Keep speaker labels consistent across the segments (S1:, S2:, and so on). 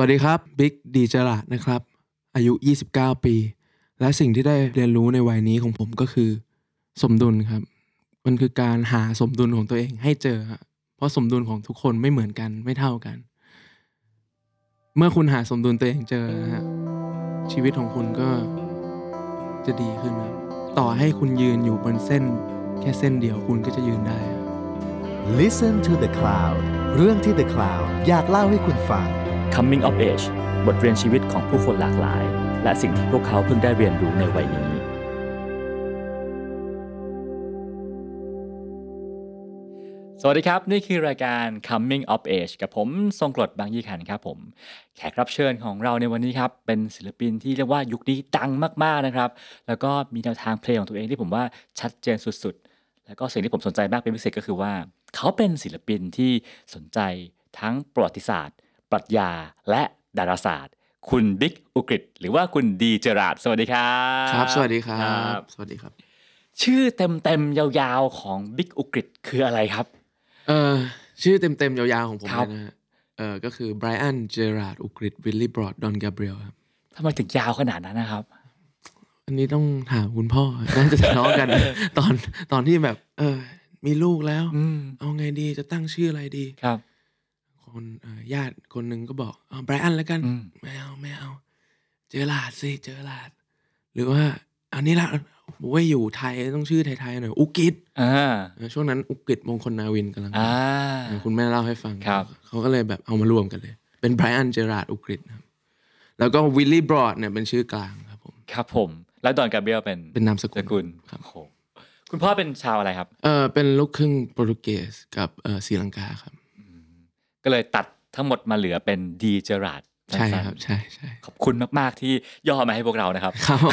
S1: วัสดีครับบิ๊กดีจระนะครับ อายุ 29 ปี และสิ่งที่ได้เรียนรู้ในวัยนี้ของผมก็คือ สมดุลครับ มันคือการหาสมดุลของตัวเองให้เจอฮะเพราะสมดุลของทุกคนไม่เหมือนกันไม่เท่ากัน เมื่อคุณหาสมดุลตัวเองเจอฮะชีวิตของคุณก็จะดีขึ้นครับต่อให้คุณยืนอยู่บนเส้น แค่เส้นเดียวคุณก็จะยืนได้ครับ
S2: Listen to the Cloud เรื่องที่ The Cloud อยากเล่าให้คุณฟัง
S3: Coming of Age บทเรียนชีวิตของผู้คนหลากหลาย และสิ่งที่พวกเขาเพิ่งได้เรียนรู้ในวัยนี้ สวัสดีครับ นี่คือรายการ Coming of Age กับผมทรงกรดบางยี่ขันครับผม แขกรับเชิญของเราในวันนี้ครับ เป็นศิลปินที่เรียกว่ายุคนี้ดังมาก ๆ นะครับ แล้วก็มีแนวทางเพลงของตัวเองที่ผมว่าชัดเจนสุด ๆ แล้วก็สิ่งที่ผมสนใจมากเป็นพิเศษก็คือว่า เขาเป็นศิลปินที่สนใจทั้งประวัติศาสตร์ ปรัชญาและดาราศาสตร์ คุณบิ๊กอุกฤษหรือว่าคุณดีเจราดสวัสดีครับ
S1: ครับ สวัสดีครับ สวัสดีครับ
S3: ชื่อเต็มๆยาวๆของบิ๊กอุกฤษคืออะไรครับ
S1: เอ่อชื่อเต็มๆ ยาวๆ ของผม
S3: ครับ
S1: เลยนะฮะเอ่อก็คือไบรอันเจอราร์ดอุกฤษวิลลี่บรอดดอนกาเบรียลครับ
S3: ทำไมถึงยาวขนาดนั้นนะครับ
S1: อันนี้ต้องถามคุณพ่อ น่าจะทะเลาะกัน ตอนตอนที่แบบ เออ มีลูกแล้ว
S3: อืม
S1: เอาไงดีจะตั้งชื่ออะไรดี
S3: ครับ
S1: คนเอ่อญาติคนหนึ่งก็บอกเอาไบรอันแล้วกัน
S3: อืม
S1: ไม่เอาไม่เอา เจอราร์ดสิเจอราร์ดหรือว่าอันนี้ละโอ้ยอยู่ไทยต้องชื่อไทยๆหน่อยอุกิต
S3: อ่า
S1: ช่วงนั้นอุกิตมงคลนาวินกำลัง
S3: อ่า
S1: อ่าคุณแม่เล่าให้ฟัง
S3: ครับ
S1: เขาก็เลยแบบเอามารวมกันเลย เป็นไบรอันเจอราร์ดอุกฤษครับ แล้วก็วิลลี่บรอดเนี่ยเป็นชื่อกลางครับผม
S3: ครับผม แล้วดอนกาเบรียลเป็น
S1: เป็นนามสกุ
S3: ส
S1: ล
S3: กุล
S1: ครับ
S3: โอ้โหคุณพ่อเป็นชาวอะไรครับ
S1: เออเป็นลูกครึ่งโปรตุเกสกับเออศรีลังกาครับ
S3: ก็เลยตัดทั้งหมดมาเหลือเป็นดีเจราด
S1: ใช่ครับ ใช่ใช่
S3: ขอบคุณมากๆที่ย่อมาให้พวกเรานะครับ
S1: ครับ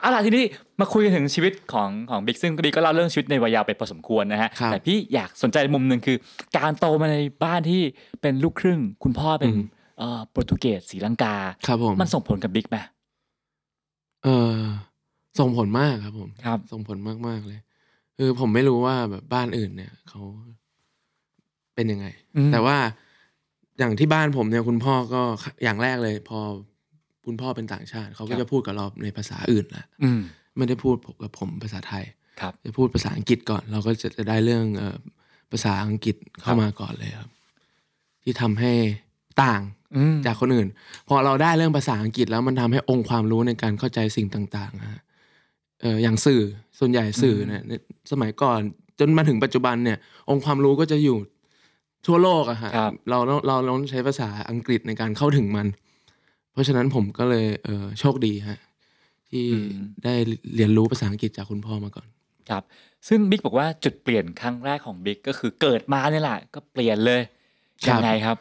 S3: เอาล่ะทีนี้มาคุยกันถึงชีวิตของของบิ๊กซึ่งบิ๊กก็เล่าเรื่องชีวิตในวัยยาวไปพอสมควรนะฮะ
S1: ครับ
S3: แต่พี่อยากสนใจมุมหนึ่งคือ การโตมาในบ้านที่เป็นลูกครึ่ง คุณพ่อเป็น
S1: อืม
S3: เอ่อโปรตุเกสศรีลังกา
S1: ครับผม
S3: มันส่งผลกับบิ๊กไหม
S1: เออส่งผลมากครับผม
S3: ครับ
S1: ส่งผลมาก ๆ เลย คือผมไม่รู้ว่าแบบบ้านอื่นเนี่ยเขาเป็นยังไง
S3: อืม
S1: แต่ว่าอย่างที่บ้านผมเนี่ยคุณพ่อก็อย่างแรกเลย พอคุณพ่อเป็นต่างชาติ เขาก็จะพูดกับเราในภาษาอื่นละ
S3: อืม
S1: ไม่ได้พูดผมกับผมภาษาไทย
S3: ครับ
S1: จะพูดภาษาอังกฤษก่อน เราก็จะจะได้เรื่องเออภาษาอังกฤษเข้ามาก่อนเลยครับ ที่ทำให้ต่าง
S3: อืม
S1: จากคนอื่น พอเราได้เรื่องภาษาอังกฤษแล้วมันทำให้องค์ความรู้ในการเข้าใจสิ่งต่างๆนะฮะเอออย่างสื่อส่วนใหญ่สื่อเนี่ยในสมัยก่อนจนมาถึงปัจจุบันเนี่ย องค์ความรู้ก็จะอยู่ทั่วโลกอะฮะ
S3: ครับ
S1: เราต้องเราต้องใช้ภาษาอังกฤษในการเข้าถึงมัน เพราะฉะนั้นผมก็เลยเออโชคดีฮะที่
S3: อืม
S1: ได้เรียนรู้ภาษาอังกฤษจากคุณพ่อมาก่อน
S3: ครับ ซึ่งบิ๊กบอกว่าจุดเปลี่ยนครั้งแรกของบิ๊กก็คือเกิดมาเนี่ยแหละก็เปลี่ยนเลย
S1: ครั
S3: ยั
S1: บ
S3: งไงครับ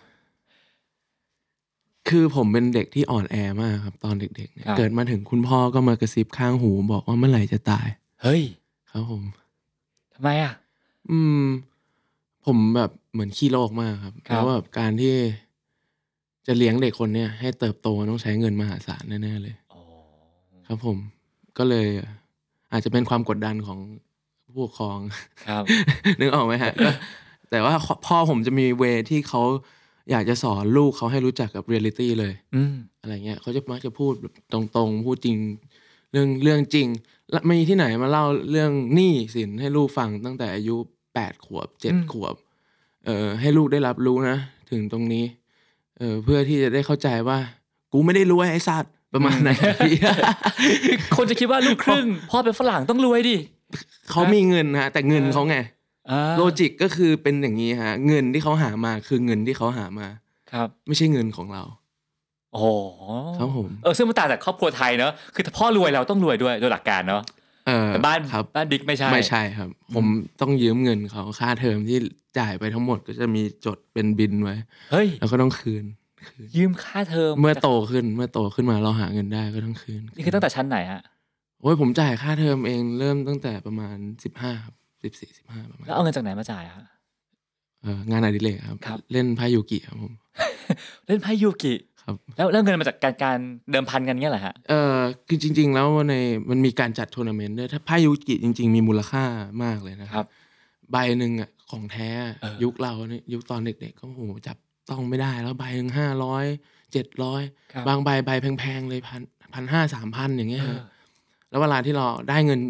S1: คือผมเป็นเด็กที่อ่อนแอมากครับตอนเด็กๆเนี่ย
S3: ครับ
S1: เกิดมาถึงคุณพ่อก็มากระซิบข้างหู บอกว่าเมื่อไหร่จะตาย
S3: เฮ้ย
S1: ครับผม
S3: ทำไมอ่ะ
S1: อืม ผมแบบเหมือนขี้โลกมากครับ
S3: ครับ
S1: แล้วแบบการที่จะเลี้ยงเด็กคนเนี่ยให้เติบโตต้องใช้เงินมหาศาลแน่ๆเลย
S3: อ๋อ
S1: ครับผม ก็เลยอาจจะเป็นความกดดันของ ผู้ปกครอง
S3: ครับ
S1: นึกออกไหมฮะก็แต่ว่าพ่อผมจะมีเวที่เขาอยากจะสอนลูกเขาให้รู้จักกับเรียลิตี้เลย
S3: อืม
S1: อะไรเงี้ยเขาจะมักจะพูดแบบตรงๆ พูดจริง เรื่องเรื่องจริง และมีที่ไหนมาเล่าเรื่องหนี้สินให้ลูกฟังตั้งแต่อายุแปดขวบเจ็ดขวบ เอ่อให้ลูกได้รับรู้นะ ถึงตรงนี้ เอ่อเพื่อที่จะได้เข้าใจว่า กูไม่ได้รวยไอ้สัตว์ประมาณไหนอะ พี่
S3: คนจะคิดว่าลูกค รึ่ง พ่อเป็นฝรั่งต้องรวยดิ
S1: เขามีเงินนะฮะแต่เงินเขาไง
S3: อ่า
S1: โลจิกก็คือเป็นอย่างนี้ฮะ เงินที่เขาหามาคือเงินที่เขาหามา
S3: ครับ
S1: ไม่ใช่เงินของเรา
S3: โอ้โห
S1: ครับผม
S3: เออซึ่งมันต่างจากครอบครัวไทยเนอะคือถ้าพ่อรวยเราต้องรวยด้วยโดยหลักการเนอะ
S1: เออ
S3: แต่บ้าน
S1: ครับ
S3: บ้านบิ๊กไม่ใช่
S1: ไม่ใช่ครับ ผมต้องยืมเงินเขาค่าเทอมที่จ่ายไปทั้งหมดก็จะมีจดเป็นบินไว้
S3: เฮ้ย
S1: แล้วก็ต้องคืนคืน
S3: ยืมค่าเทอม
S1: เมื่อโตขึ้นเมื่อโตขึ้นมาเราหาเงินได้ก็ต้องคืน
S3: นี่คือตั้งแต่ชั้นไหนฮะ
S1: โอ้ยผมจ่ายค่าเทอมเองเริ่มตั้งแต่ประมาณสิบห้าสิบสี่สิบห้าประมาณ
S3: แล้วเอาเงินจากไหนมาจ่ายฮะ
S1: เอองานอดิเรกครับ
S3: ครับ
S1: เล่นพายุกิครับผม
S3: เล่นไพ่ยูกิ
S1: ครับ
S3: แล้วแล้วเงินมาจากการการเดิมพันกันเงี้ยเหรอฮะ
S1: เออคือจริง ๆ แล้วในมันมีการจัดทัวร์นาเมนต์ด้วยถ้าพายุกิจริง ๆ มีมูลค่ามากเลยนะครับ ใบหนึ่งอ่ะของแท้อะ
S3: เออ
S1: ยุคเราเนี่ยยุคตอนเด็กๆก็โอ้โหจับ ต้องไม่ได้แล้วใบหนึ่งห้าร้อยเจ็ดร้อย
S3: ครับ
S1: บางใบใบแพงๆเลยพันพันห้าสามพันอย่างเงี้ย
S3: เออ
S1: ครับแล้วเวลาที่เราได้เงิน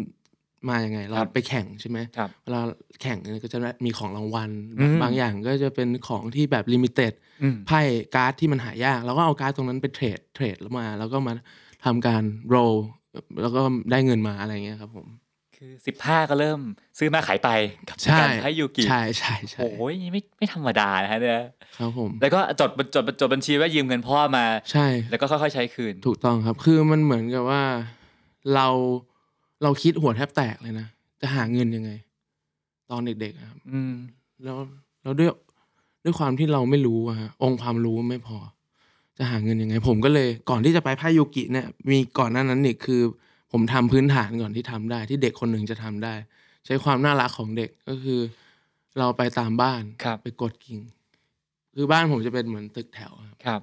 S1: มาอย่างไง เรา
S3: ครับ
S1: ไปแข่งใช่ไหม
S3: ครับ
S1: เวลาแข่งเนี่ยก็จะมีของรางวัล
S3: อืม
S1: บางอย่างก็จะเป็นของที่แบบลิมิเต็ด
S3: อืม
S1: ไพ่การ์ดที่มันหายากเราก็เอาการ์ดตรงนั้นไปเทรดเทรดแล้วมา แล้วก็มาทำการโรลแล้วก็ได้เงินมาอะไรเงี้ยครับผม
S3: คือสิบห้าก็เริ่มซื้อมาขายไปกับ
S1: ใช่
S3: การให้ยูกิ
S1: ใช่ใช่ใช่
S3: โอ้ยไม่ไม่ธรรมดานะฮะเนี่ย
S1: ครับผม
S3: แล้วก็จดจดจดบัญชีว่ายืมเงินพ่อมา
S1: ใช่
S3: แล้วก็ค่อยๆใช้คืน
S1: ถูกต้องครับ คือมันเหมือนกับว่าเราเราคิดหัวแทบแตกเลยนะ จะหาเงินยังไง ตอนเด็กๆอะครับ
S3: อืม
S1: แล้วแล้วด้วยด้วยความที่เราไม่รู้อะฮะองค์ความรู้ไม่พอ จะหาเงินยังไง ผมก็เลยก่อนที่จะไปพายุกิเนี่ย มีก่อนหน้านั้นเนี่ยคือ ผมทำพื้นฐานก่อนที่ทำได้ ที่เด็กคนหนึ่งจะทำได้ ใช้ความน่ารักของเด็กก็คือ เราไปตามบ้าน
S3: ครับ
S1: ไปกดกิ่ง คือบ้านผมจะเป็นเหมือนตึกแถวครับ
S3: ครับ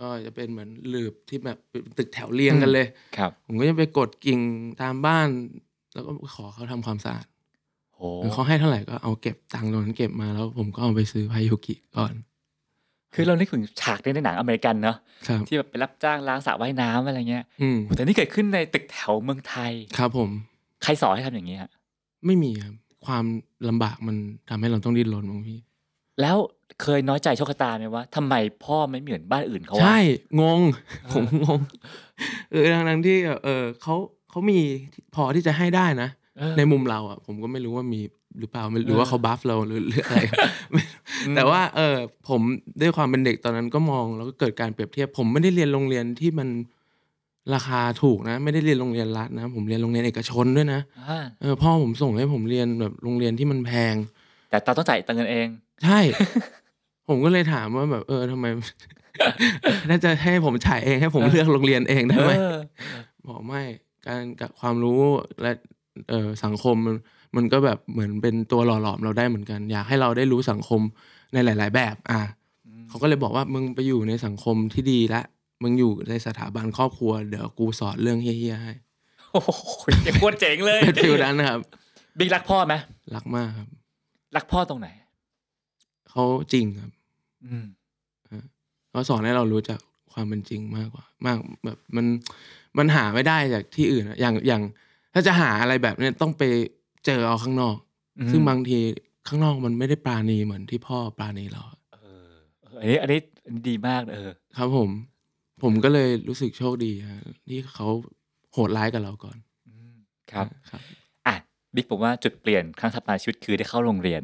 S1: ก็จะเป็นเหมือนหลืบที่แบบเป็นตึกแถวเรียงกันเลย
S3: ครับ
S1: ผมก็จะไปกดกิ่งตามบ้าน แล้วก็ขอเขาทำความสะอาด
S3: โอ้
S1: เขาให้เท่าไหร่ก็เอาเก็บตังค์ตรงนั้นเก็บมาแล้วผมก็เอาไปซื้อพายุกิก่อน
S3: คือเรานึกถึงฉากในหนังอเมริกันเนาะ
S1: ครับ
S3: ที่แบบไปรับจ้างล้างสระว่ายน้ำอะไรเงี้ย
S1: อืม
S3: แต่นี่เกิดขึ้นในตึกแถวเมืองไทย
S1: ครับผม
S3: ใครสอนให้ทำอย่างนี้ฮะ
S1: ไม่มีครับ ความลำบากมันทำให้เราต้องดิ้นรนบางพี่
S3: แล้วเคยน้อยใจโชคชะตาไหมว่าทำไมพ่อไม่เหมือนบ้านอื่นเขาวะ
S1: ใช่ งง
S3: เออ
S1: ผมงงเออทั้งทั้งๆที่เออเขาเขามีพอที่จะให้ได้นะ
S3: เออ
S1: ในมุมเราอ่ะ ผมก็ไม่รู้ว่ามีหรือเปล่าไม่หรือว่า
S3: เออ
S1: เขาบัฟเราหรือหรืออะไร ไม่รู้
S3: อืม
S1: แต่ว่าเออผมด้วยความเป็นเด็กตอนนั้นก็มองแล้วก็เกิดการเปรียบเทียบ ผมไม่ได้เรียนโรงเรียนที่มันราคาถูกนะ ไม่ได้เรียนโรงเรียนรัฐนะ ผมเรียนโรงเรียนเอกชนด้วยนะ
S3: อ่า
S1: เออพ่อผมส่งให้ผมเรียนแบบโรงเรียนที่มันแพง
S3: แต่เราต้องจ่ายตังค์เงินเอง
S1: ใช่ ผมก็เลยถามว่าแบบเออทำไม น่าจะให้ผมจ่ายเองให้ผม
S3: เออ
S1: เลือกโรงเรียนเองได้ไหม
S3: เออ
S1: บอกไม่การกับความรู้และเอ่อสังคมมันมันก็แบบเหมือนเป็นตัวหล่อหลอมเราได้เหมือนกัน อยากให้เราได้รู้สังคมในหลาย ๆ แบบ อ่ะ
S3: อืม
S1: เขาก็เลยบอกว่ามึงไปอยู่ในสังคมที่ดีละมึงอยู่ในสถาบันครอบครัวเดี๋ยวกูสอนเรื่องเฮี้ยๆให้
S3: โอ้โหโคตรเจ๋งเลย
S1: เป็นฟิลนั้นนะครับ
S3: บิ๊กรักพ่อไหม
S1: รักมากครับ
S3: รักพ่อตรงไหน
S1: เขาจริงครับ
S3: อืม
S1: เขาสอนให้เรารู้จักความเป็นจริงมากกว่า มากแบบมันมันหาไม่ได้จากที่อื่นอะอย่างอย่างถ้าจะหาอะไรแบบเนี้ยต้องไปเจอเอาข้างนอก ซึ่งบางทีข้างนอกมันไม่ได้ปราณีเหมือนที่พ่อปราณีเราอะ
S3: เออเอออันนี้อันนี้อันนี้ดีมากเออ
S1: ครับผม ผมก็เลยรู้สึกโชคดีฮะที่เขาโหดร้ายกับเราก่อน
S3: ครับ
S1: ครับ
S3: อ่ะบิ๊กบอกว่าจุดเปลี่ยนครั้งถัดมาชีวิตคือได้เข้าโรงเรียน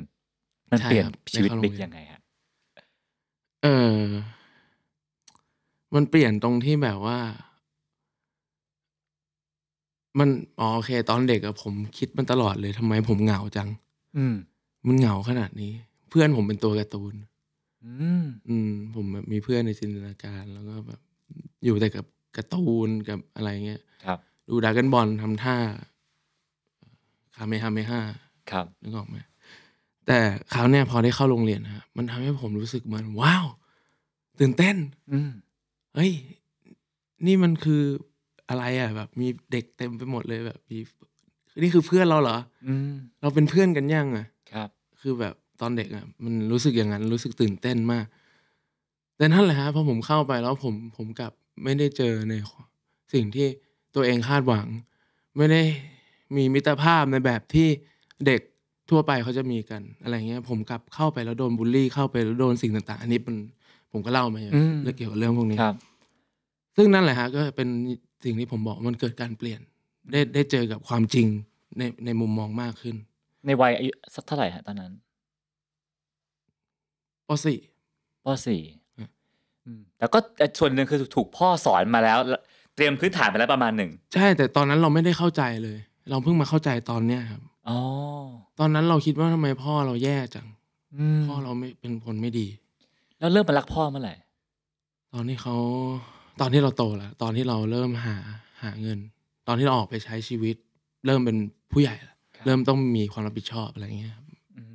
S3: มันเปลี่ยนชีวิตบิ๊กยังไงฮะ
S1: เออมันเปลี่ยนตรงที่แบบว่า มันอ๋อโอเค ตอนเด็กอะผมคิดมันตลอดเลยทำไมผมเหงาจัง
S3: อืม
S1: มันเหงาขนาดนี้ เพื่อนผมเป็นตัวการ์ตูน
S3: อืม
S1: อืมผมแบบมีเพื่อนในจินตนาการ แล้วก็แบบ อยู่แต่กับการ์ตูนกับอะไรเงี้ย
S3: ครับ
S1: ดูดรากันบอลทำท่าคาเมฮาเมฮา
S3: ครับ
S1: นึกออกไหมแต่คราวเนี้ยพอได้เข้าโรงเรียนนะฮะมันทำให้ผมรู้สึกเหมือนว้าว ตื่นเต้น
S3: อืม
S1: เฮ้ย นี่มันคืออะไรอ่ะ แบบ มีเด็กเต็มไปหมดเลยแบบมีนี่คือเพื่อนเราเหรอ
S3: อืม
S1: เราเป็นเพื่อนกันยังอ่ะ
S3: ครับ
S1: คือแบบตอนเด็กอ่ะ มันรู้สึกอย่างนั้นรู้สึกตื่นเต้นมาก แต่นั่นแหละฮะพอผมเข้าไปแล้วผมผมกลับไม่ได้เจอในสิ่งที่ตัวเองคาดหวัง ไม่ได้มีมิตรภาพในแบบที่เด็กทั่วไปเขาจะมีกันอะไรเงี้ย ผมกลับเข้าไปแล้วโดนบูลลี่เข้าไปแล้วโดนสิ่งต่างๆ อันนี้มันผมก็เล่ามาอย่าง
S3: อืม
S1: เรื่องเกี่ยวกับเรื่องพวกนี้
S3: ครับ
S1: ซึ่งนั่นแหละฮะก็เป็นสิ่งที่ผมบอกมันเกิดการเปลี่ยน ได้ได้เจอกับความจริงในในมุมมองมากขึ้น
S3: ในวัยอายุสักเท่าไหร่ฮะตอนนั้น
S1: ปสี่
S3: ปสี่
S1: อืม
S3: อืมแต่ก็แต่ส่วนหนึ่งคือถูกพ่อสอนมาแล้ว เตรียมพื้นฐานไปแล้วประมาณหนึ่ง
S1: ใช่แต่ตอนนั้นเราไม่ได้เข้าใจเลย เราเพิ่งมาเข้าใจตอนเนี้ยครับ
S3: อ๋อ
S1: ตอนนั้นเราคิดว่าทำไมพ่อเราแย่จัง
S3: อืม
S1: พ่อเราไม่เป็นคนไม่ดี
S3: แล้วเริ่มมารักพ่อเมื่อไหร่
S1: ตอนที่เขาตอนที่เราโตแล้วตอนที่เราเริ่มหาหาเงิน ตอนที่เราออกไปใช้ชีวิต เริ่มเป็นผู้ใหญ่แล้ว
S3: ครับ
S1: เริ่มต้องมีความรับผิดชอบอะไรอย่างเงี้ยครับ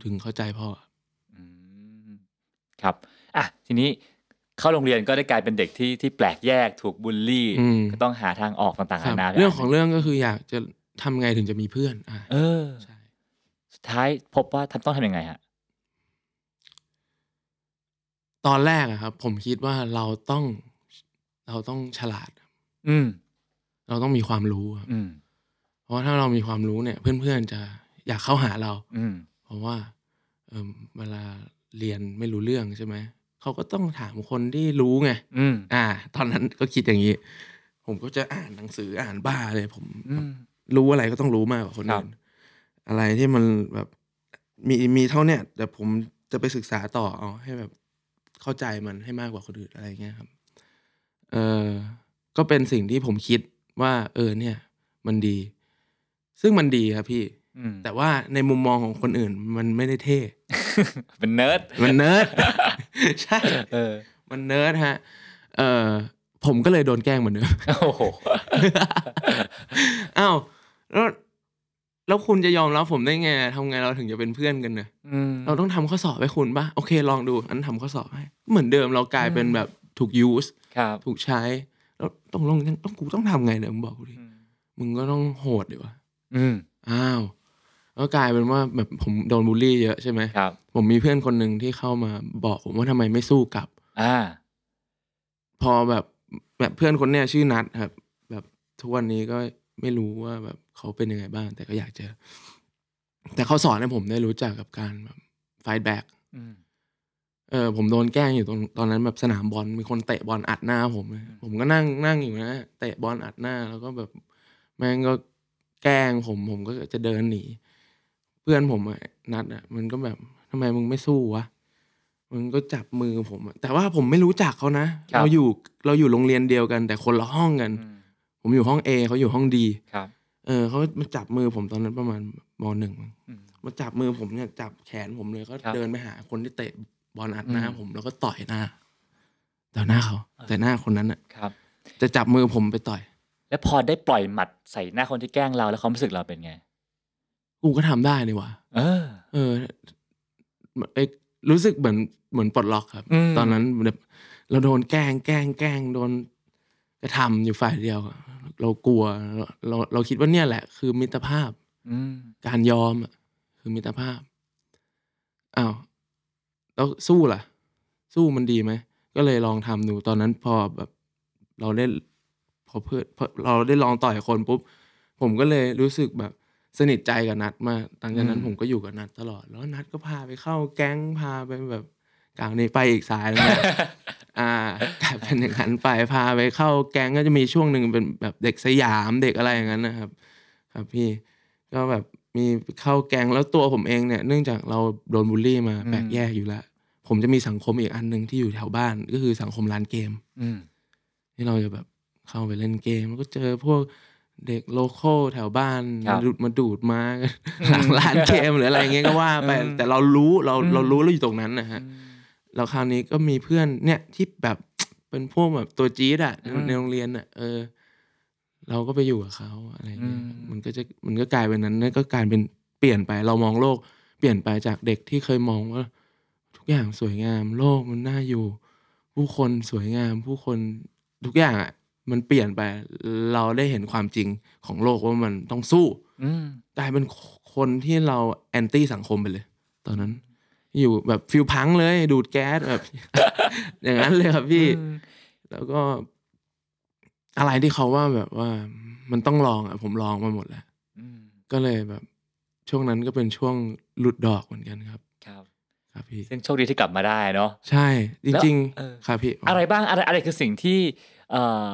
S1: ถึงเข้าใจพ่อ
S3: อืมครับ อ่ะ ทีนี้เข้าโรงเรียนก็ได้กลายเป็นเด็กที่ที่แปลกแยกถูกบูลลี่
S1: อืม
S3: ก็ต้องหาทางออกต่างๆ
S1: ครั
S3: นา
S1: บ
S3: นาไป
S1: เรื่องของเรื่องก็คืออยากจะทำไงถึงจะมีเพื่อนอ่ะ
S3: เออ
S1: ใช่
S3: สุดท้ายพบว่าทำต้องทำยังไงฮะ
S1: ตอนแรกอะครับ ผมคิดว่าเราต้องเราต้องฉลาด
S3: อืม
S1: เราต้องมีความรู้ครับ
S3: อืม
S1: เพราะว่าถ้าเรามีความรู้เนี่ย เพื่อนๆจะอยากเข้าหาเรา
S3: อืม
S1: เพราะว่าเอิ่มเวลาเรียนไม่รู้เรื่องใช่ไหมเขาก็ต้องถามคนที่รู้ไง
S3: อืม
S1: อ่า ตอนนั้นก็คิดอย่างนี้ ผมก็จะอ่านหนังสืออ่านบ้าเลย ผม
S3: อืม
S1: รู้อะไรก็ต้องรู้มากกว่าคน
S3: ครับ
S1: อื่นอะไรที่มันแบบมีมีเท่าเนี้ยแต่ผมจะไปศึกษาต่อเอาให้แบบเข้าใจมันให้มากกว่าคนอื่นอะไรอย่างเงี้ยครับ เออก็เป็นสิ่งที่ผมคิดว่า เออเนี่ย มันดี ซึ่งมันดีครับพี่
S3: อืม
S1: แต่ว่าในมุมมองของคนอื่น มันไม่ได้เท่
S3: เป็นเนิร์ด
S1: มันเนิร์ด ใช่
S3: เออ
S1: มันเนิร์ดฮะ เออผมก็เลยโดนแกล้งเหมือนเดิม
S3: โอ้โห
S1: อ้าวแล้วแล้วคุณจะยอมรับผมได้ไงทำไงเราถึงจะเป็นเพื่อนกันเนี่ย
S3: อืม
S1: เราต้องทำข้อสอบให้คุณป่ะ โอเค ลองดูอันทำข้อสอบให้ เหมือนเดิมเรากลายเป็น
S3: อืม
S1: แบบถูก use
S3: ครับ
S1: ถูกใช้ แล้วต้องลงยังต้องกูต้องทำไงเนี่ยมึงบอกกูดิ
S3: อืม
S1: มึงก็ต้องโหดดิวะ
S3: อืม
S1: อ้าวแล้วกลายเป็นว่าแบบผมโดนบูลลี่เยอะใช่ไหม
S3: ครับ
S1: ผมมีเพื่อนคนหนึ่งที่เข้ามาบอกผมว่าทำไมไม่สู้กลับ
S3: อ่า
S1: พอแบบแบบเพื่อนคนเนี้ยชื่อนัทครับ แบบทุกวันนี้ก็ไม่รู้ว่าแบบเขาเป็นยังไงบ้าง แต่ก็อยากเจอ แต่เขาสอนให้ผมได้รู้จักกับการแบบไฟแบ็ก
S3: อืม
S1: เออผมโดนแกล้งอยู่ตรงตอนนั้นแบบสนามบอลมีคนเตะบอลอัดหน้าผมเลย
S3: อืม
S1: ผมก็นั่งนั่งอยู่นะเตะบอลอัดหน้า แล้วก็แบบแม่งก็แกล้งผมผมก็จะเดินหนี เพื่อนผมอะนัดอะมันก็แบบทำไมมึงไม่สู้วะมันก็จับมือผมอะแต่ว่าผมไม่รู้จักเขานะ
S3: ครับ
S1: เราอยู่เราอยู่โรงเรียนเดียวกัน แต่คนละห้องกัน
S3: อืม
S1: ผมอยู่ห้อง A เขาอยู่ห้องดี
S3: ครับ
S1: เออเขามาจับมือผมตอนนั้นประมาณมหนึ่งมั้ง
S3: อืม
S1: มาจับมือผมเนี่ยจับแขนผมเลยก็
S3: ครับ
S1: เดินไปหาคนที่เตะบอลอัดหน้า
S3: อืม
S1: ผมแล้วก็ต่อยหน้าต่อหน้าเขาแต่หน้าคนนั้นอะ
S3: ครับ
S1: จะจับมือผมไปต่อย
S3: แล้วพอได้ปล่อยหมัดใส่หน้าคนที่แกล้งเราแล้วความรู้สึกเราเป็นไง
S1: กูก็ทำได้นี่หว่า
S3: เออ
S1: เออเอ้ยรู้สึกเหมือนเหมือนปลดล็อกครับ
S3: อืม
S1: ตอนนั้นแบบเราโดนแกล้งแกล้งแกล้งโดนกระทำอยู่ฝ่ายเดียวอะเรากลัวเราเราเราคิดว่าเนี่ยแหละ คือมิตรภาพ
S3: อืม
S1: การยอมอะคือมิตรภาพอ้าวแล้วสู้ล่ะ สู้มันดีไหมก็เลยลองทำดูตอนนั้นพอแบบ เราได้พอเพื่อนพอเราได้ลองต่อยคนปุ๊บผมก็เลยรู้สึกแบบสนิทใจกับนัดมากหลังจากนั้น
S3: อืม
S1: ผมก็อยู่กับนัดตลอด แล้วนัดก็พาไปเข้าแก๊งพาไปแบบกลางนี้ไปอีกสายแล้วเนี่ย อ่ากล ายเป็นอย่างนั้นไปพาไปเข้าแก๊งก็จะมีช่วงหนึ่งเป็นแบบเด็กสยามเด็กอะไรอย่างนั้นนะครับ ครับพี่ก็แบบมีเข้าแก๊งแล้วตัวผมเองเนี่ย เนื่องจากเราโดนบูลลี่มา
S3: อืม
S1: แปลกแยกอยู่แล้ว ผมจะมีสังคมอีกอันหนึ่งที่อยู่แถวบ้าน ก็คือสังคมร้านเกม
S3: อืม
S1: ที่เราจะแบบเข้าไปเล่นเกมแล้วก็เจอพวกเด็กโลโก้แถวบ้าน
S3: ครั
S1: มาดู
S3: บ
S1: ดมาดูด มากันหลังร้านเกมหรืออะไรเงี้ยก็ว่าไป
S3: อืม
S1: แต่เรารู้เรา
S3: อืม
S1: เรารู้เราอยู่ตรงนั้นนะฮะเราคราวนี้ก็มีเพื่อนเนี่ยที่แบบ เป็นพวกแบบตัวจี๊ดอะใน
S3: อืม
S1: ในโรงเรียนอะเออ เราก็ไปอยู่กับเขาอะไรเงี้ย
S3: อืม
S1: มันก็จะมันก็กลายเป็นนั้นนั่นก็กลายเป็นเปลี่ยนไป เรามองโลก เปลี่ยนไปจากเด็กที่เคยมองว่า ทุกอย่างสวยงาม โลกมันน่าอยู่ ผู้คนสวยงาม ผู้คนทุกอย่างอะมันเปลี่ยนไป เราได้เห็นความจริงของโลกว่ามันต้องสู้
S3: อืม
S1: กลายเป็นคนที่เราแอนตี้สังคมไปเลย ตอนนั้น อยู่แบบฟิลพังเลย ดูดแก๊สแบบ อย่างนั้นเลยครับพี่ แล้วก็ อะไรที่เขาว่าแบบว่า มันต้องลองอ่ะ ผมลองมาหมดแล้ว
S3: อืม
S1: ก็เลยแบบ ช่วงนั้นก็เป็นช่วงหลุดดอกเหมือนกันครับ
S3: ครับ
S1: ครับพี่
S3: ซึ่งโชคดีที่กลับมาได้เนาะ
S1: ใช่ จริง
S3: แล้วเออ
S1: ๆ ครับพี่
S3: อะไรบ้างอะไรอะไรคือสิ่งที่เอ่อ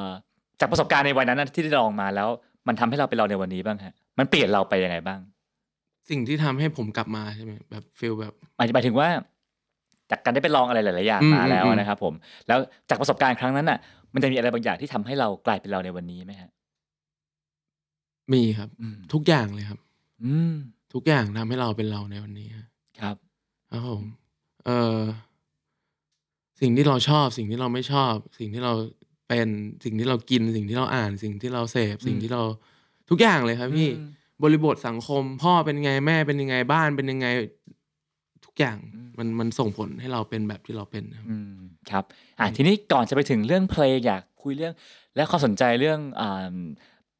S3: จากประสบการณ์ในวันนั้นนะที่ได้ลองมาแล้ว มันทำให้เราเป็นเราในวันนี้บ้างฮะ มันเปลี่ยนเราไปยังไงบ้าง
S1: สิ่งที่ทำให้ผมกลับมาใช่ไหมแบบฟิลแบบ
S3: หมายหมายถึงว่า จากการได้ไปลองอะไรหลาย ๆ อย่าง
S1: อืม
S3: มาแล้ว
S1: อืม
S3: นะครับ ผม แล้วจากประสบการณ์ครั้งนั้นน่ะ มันจะมีอะไรบางอย่างที่ทำให้เรากลายเป็นเราในวันนี้ไหมฮะ
S1: มีครับ
S3: อืม
S1: ทุกอย่างเลยครับ
S3: อืม
S1: ทุกอย่างทำให้เราเป็นเราในวันนี้ฮะ
S3: ครับ
S1: ครับผมเออสิ่งที่เราชอบ สิ่งที่เราไม่ชอบ สิ่งที่เราเป็นสิ่งที่เรากิน สิ่งที่เราอ่าน สิ่งที่เราเสพ สิ่งที่เราทุกอย่างเลยครับพี่
S3: อืม
S1: บริบทสังคม พ่อเป็นไงแม่เป็นยังไงบ้านเป็นยังไง ทุกอย่าง
S3: อืม
S1: มันมันส่งผลให้เราเป็นแบบที่เราเป็นนะครับ
S3: อืมครับอ่ะทีนี้ก่อนจะไปถึงเรื่องเพลงอยากคุยเรื่อง และความสนใจเรื่องอ่า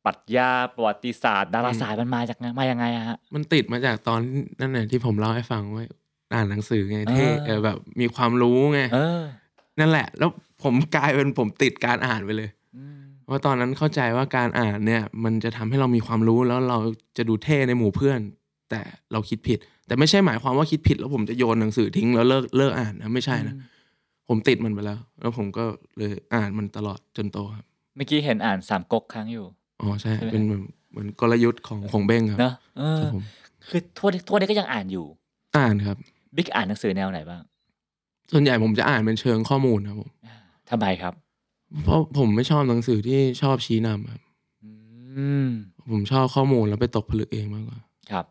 S3: ปรัชญาประวัติศาสตร์ดาราศาสตร์มันมาจากไงมายังไงอะฮะ
S1: มันติดมาจากตอนนั่นแหละที่ผมเล่าให้ฟังว่าอ่านหนังสือไง
S3: อ่า
S1: ที่เออแบบมีความรู้ไง
S3: เออ
S1: นั่นแหละ แล้วผมกลายเป็นผมติดการอ่านไปเลย
S3: อืม
S1: ว่าตอนนั้นเข้าใจว่าการอ่านเนี่ย มันจะทำให้เรามีความรู้แล้วเราจะดูเท่ในหมู่เพื่อน แต่เราคิดผิด แต่ไม่ใช่หมายความว่าคิดผิด แล้วผมจะโยนหนังสือทิ้งแล้วเลิกเลิกอ่านนะไม่ใช่นะผมติดมันไปแล้ว แล้วผมก็เลยอ่านมันตลอดจนโตครับ
S3: เมื่อกี้เห็นอ่านสามก๊กค้างอยู่
S1: อ๋อใช่
S3: ใช่ไหม
S1: เป็นเหมือนเหมือนกลยุทธ์ของของเบ้งครับ
S3: เนอะเอ
S1: ค
S3: อ
S1: รับผม
S3: คือทั่วทั่วนี้ก็ยังอ่านอยู่
S1: อ่านครับ
S3: บิ๊กอ่านหนังสือแนวไหนบ้าง
S1: ส่วนใหญ่ผมจะอ่านเป็นเชิงข้อมูลครับผม
S3: ทำไมครับ
S1: เพราะผมไม่ชอบหนังสือที่ชอบชี้นำครับ
S3: อืม
S1: ผมชอบข้อมูลแล้วไปตกผลึกเองมากกว่า
S3: ครับ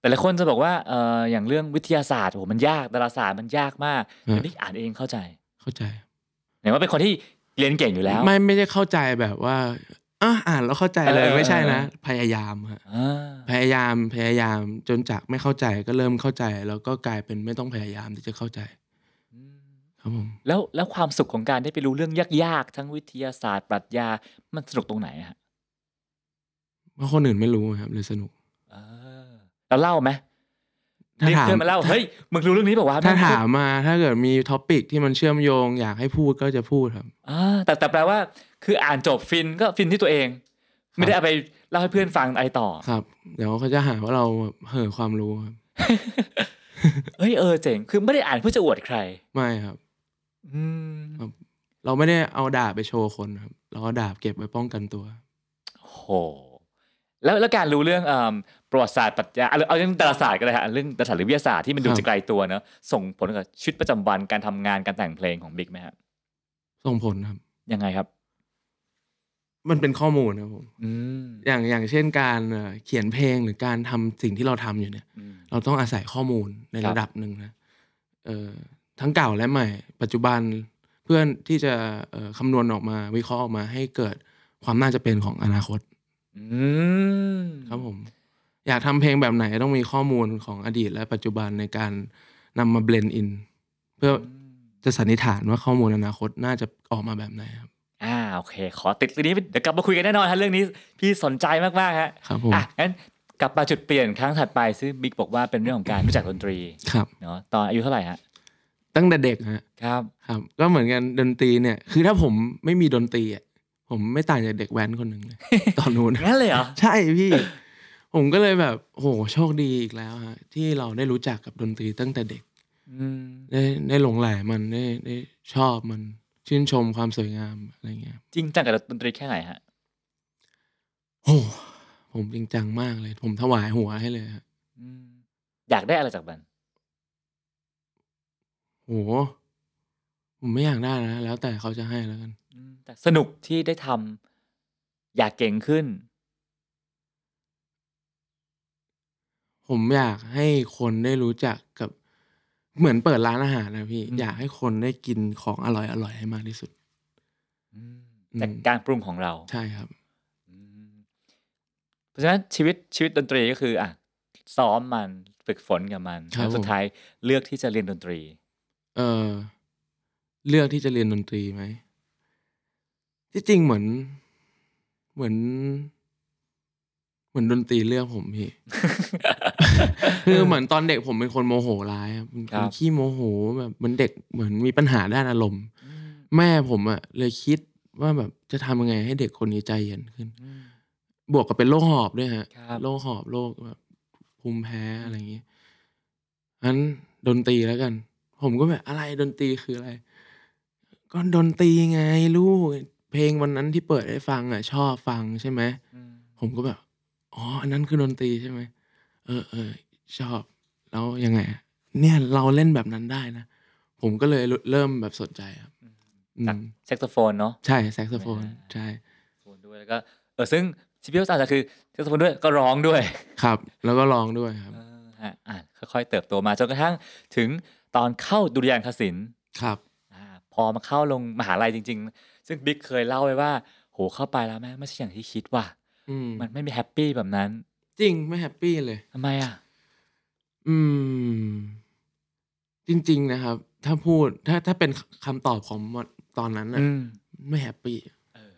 S3: แต่ละคนจะบอกว่าเอออย่างเรื่องวิทยาศาสตร์โอ้โหมันยากดาราศาสตร์มันยากมากแต่
S1: ฮะ
S3: บิ๊กอ่านเองเข้าใจ
S1: เข้าใจ
S3: ไหนว่าเป็นคนที่เรียนเก่งอยู่แล้ว
S1: ไม่ไม่ได้เข้าใจแบบว่าอ่ะอ่านแล้วเข้าใจเลย
S3: เออ
S1: ไม่ใช่นะ พยายามฮะ
S3: อ่า
S1: พยายามพยายามจนจากไม่เข้าใจก็เริ่มเข้าใจ แล้วก็กลายเป็นไม่ต้องพยายามที่จะเข้าใจ
S3: อืม
S1: ครับผม
S3: แล้วแล้วความสุขของการได้ไปรู้เรื่องยากๆ ทั้งวิทยาศาสตร์ปรัชญามันสนุกตรงไหนอะฮะ
S1: เพราะคนอื่นไม่รู้ครับเลยสนุก
S3: เออแล้วเล่าไหม
S1: ถ้า
S3: เรียก
S1: ถาม
S3: เพื่อนมาเล่าเฮ้ยมึงรู้เรื่องนี้บอกว่าวะ
S1: ถ้าถามมาถ้าเกิดมีท็อปิกที่มันเชื่อมโยงอยากให้พูดก็จะพูดครับ
S3: อ่าแต่แต่แปลว่า คืออ่านจบฟินก็ฟินที่ตัวเอง ไม่ได้เอาไปเล่าให้เพื่อนฟังอะไรต่อ
S1: ครับ เดี๋ยวเขาจะหาว่าเราแบบเห่อความรู้ครับ
S3: เฮ้ยเออเจ๋งคือไม่ได้อ่านเพื่อจะอวดใคร
S1: ไม่ครับ
S3: อืม
S1: ครับ เราไม่ได้เอาดาบไปโชว์คนครับเราเอาดาบเก็บไว้ป้องกันตัว
S3: โหแล้วแล้วการรู้เรื่องเอิ่มประวัติศาสตร์ปรัชญาเอาเอาเรื่องดาราศาสตร์ก็ได้ฮะเรื่องดาราศาสตร์หรือวิทยาศาสตร์ที่มันดู
S1: ครับ
S3: จะไกลตัวเนอะส่งผลกับชีวิตประจำวันการทำงานการแต่งเพลงของบิ๊กไหมฮะ
S1: ส่งผลครับ
S3: ยังไงครับ
S1: มันเป็นข้อมูลครับผม
S3: อืม
S1: อย่างอย่างเช่นการเอ่อเขียนเพลงหรือการทำสิ่งที่เราทำอยู่เนี่ย
S3: อืม
S1: เราต้องอาศัยข้อมูลใน
S3: ครับ
S1: ระดับหนึ่งนะเอ่อทั้งเก่าและใหม่ ปัจจุบันเพื่อนที่จะเอ่อคำนวณออกมาวิเคราะห์ออกมาให้เกิดความน่าจะเป็นของอนาคต
S3: อืม
S1: ครับผม อยากทำเพลงแบบไหนต้องมีข้อมูลของอดีตและปัจจุบันในการนำมาเบลนด์อินเพื่อจะสันนิษฐานว่าข้อมูลอนาคตน่าจะออกมาแบบไหนครับ
S3: อ่าโอเค ขอติดเรื่องนี้ไว้เดี๋ยวกลับมาคุยกันแน่นอนฮะเรื่องนี้พี่สนใจมากๆฮะ
S1: ครับผม
S3: อ่ะงั้นกลับมาจุดเปลี่ยนครั้งถัดไปซึ่งบิ๊กบอกว่าเป็นเรื่องของการรู้จักดนตรี
S1: ครับ
S3: เนาะตอนอายุเท่าไหร่ฮะ
S1: ตั้งแต่เด็กฮะ
S3: ครับ
S1: ครับก็เหมือนกันดนตรีเนี่ย คือถ้าผมไม่มีดนตรีอ่ะผมไม่ต่างจากเด็กแว้นคนหนึ่ง เลย ตอนนู้น
S3: งั้นเลยเหรอ
S1: ใช่พี่ ผมก็เลยแบบโหโชคดีอีกแล้วฮะที่เราได้รู้จักกับดนตรีตั้งแต่เด็ก
S3: อืม
S1: ได้ได้หลงใหลมันได้ได้ชอบมันชื่นชมความสวยงามอะไรเงี้ย
S3: จริงจังกับดนตรีแค่ไหนฮะ
S1: โหผมจริงจังมากเลย ผมถวายหัวให้เลยฮะ
S3: อืมอยากได้อะไรจากมัน
S1: โหผมไม่อยากได้นะแล้วแต่เขาจะให้แล้วกัน
S3: แต่สนุกที่ได้ทำอยากเก่งขึ้น
S1: ผมอยากให้คนได้รู้จักกับเหมือนเปิดร้านอาหารนะพี่
S3: อืม
S1: อยากให้คนได้กินของอร่อยอร่อยๆให้มากที่สุด
S3: จากการปรุงของเรา
S1: ใช่ครับ
S3: อืมเพราะฉะนั้นชีวิตชีวิตดนตรีก็คืออ่ะซ้อมมันฝึกฝนกับมัน
S1: ครับ
S3: แล้วสุ
S1: ผ
S3: ด
S1: ม
S3: ท้ายเลือกที่จะเรียนดนตรี
S1: เออเลือกที่จะเรียนดนตรีไหมที่จริงเหมือน เหมือน เหมือนดนตรีเลือกผมพี่ คือเหมือนตอนเด็กผมเป็นคนโมโหร้ายครับเป็น
S3: ครั
S1: คน
S3: บ
S1: ขี้โมโหแบบเหมือนเด็กเหมือนมีปัญหาด้านอารมณ์
S3: อืม
S1: แม่ผมอะเลยคิดว่าแบบจะทำยังไงให้เด็กคนนี้ใจเย็นขึ้น
S3: อืม
S1: บวกกับเป็นโรคหอบด้วยฮะ
S3: ครับ
S1: โรคหอบโรคแบบภูมิแพ้อะไรอย่างงี้งั้นดนตรีแล้วกัน ผมก็แบบอะไรดนตรีคืออะไร ก็ดนตรีไงลูก เพลงวันนั้นที่เปิดให้ฟังอ่ะ ชอบฟังใช่ไหม
S3: อืม
S1: ผมก็แบบ อ๋อ อันนั้นคือดนตรีใช่ไหม เออเออ ชอบ แล้วยังไงอะเนี่ยเราเล่นแบบนั้นได้นะ ผมก็เลยเริ่มแบบสนใจครับอื
S3: จาก
S1: ม
S3: แซกโซโฟนเนาะ
S1: ใช่แซกโซโฟน
S3: อ่า
S1: ใช่
S3: โซโฟนด้วยแล้วก็เออซึ่งชีพิวอาจจะคือแซกโซโฟนด้วยก็ร้องด้วย
S1: ครับ แล้วก็ร้องด้วยครับ
S3: เออฮะอ่ะค่อยๆเติบโตมาจนกระทั่งถึงตอนเข้าดุริยางคศิลป์
S1: ครับ
S3: อาพอมาเข้าลงมหาลัยจริง ๆ ซึ่งบิ๊กเคยเล่าไว้ว่า โหเข้าไปแล้วแม่งไม่ใช่อย่างที่คิดว่ะ
S1: อืม
S3: มันไม่มีแฮปปี้แบบนั้น
S1: จริงไม่แฮปปี้เลย
S3: ทำไมอ่ะ
S1: อืม จริง ๆ นะครับ ถ้าพูดถ้าถ้าเป็นคำตอบของมตอนนั้นนะ
S3: อืม
S1: ไม่แฮปปี้
S3: เออ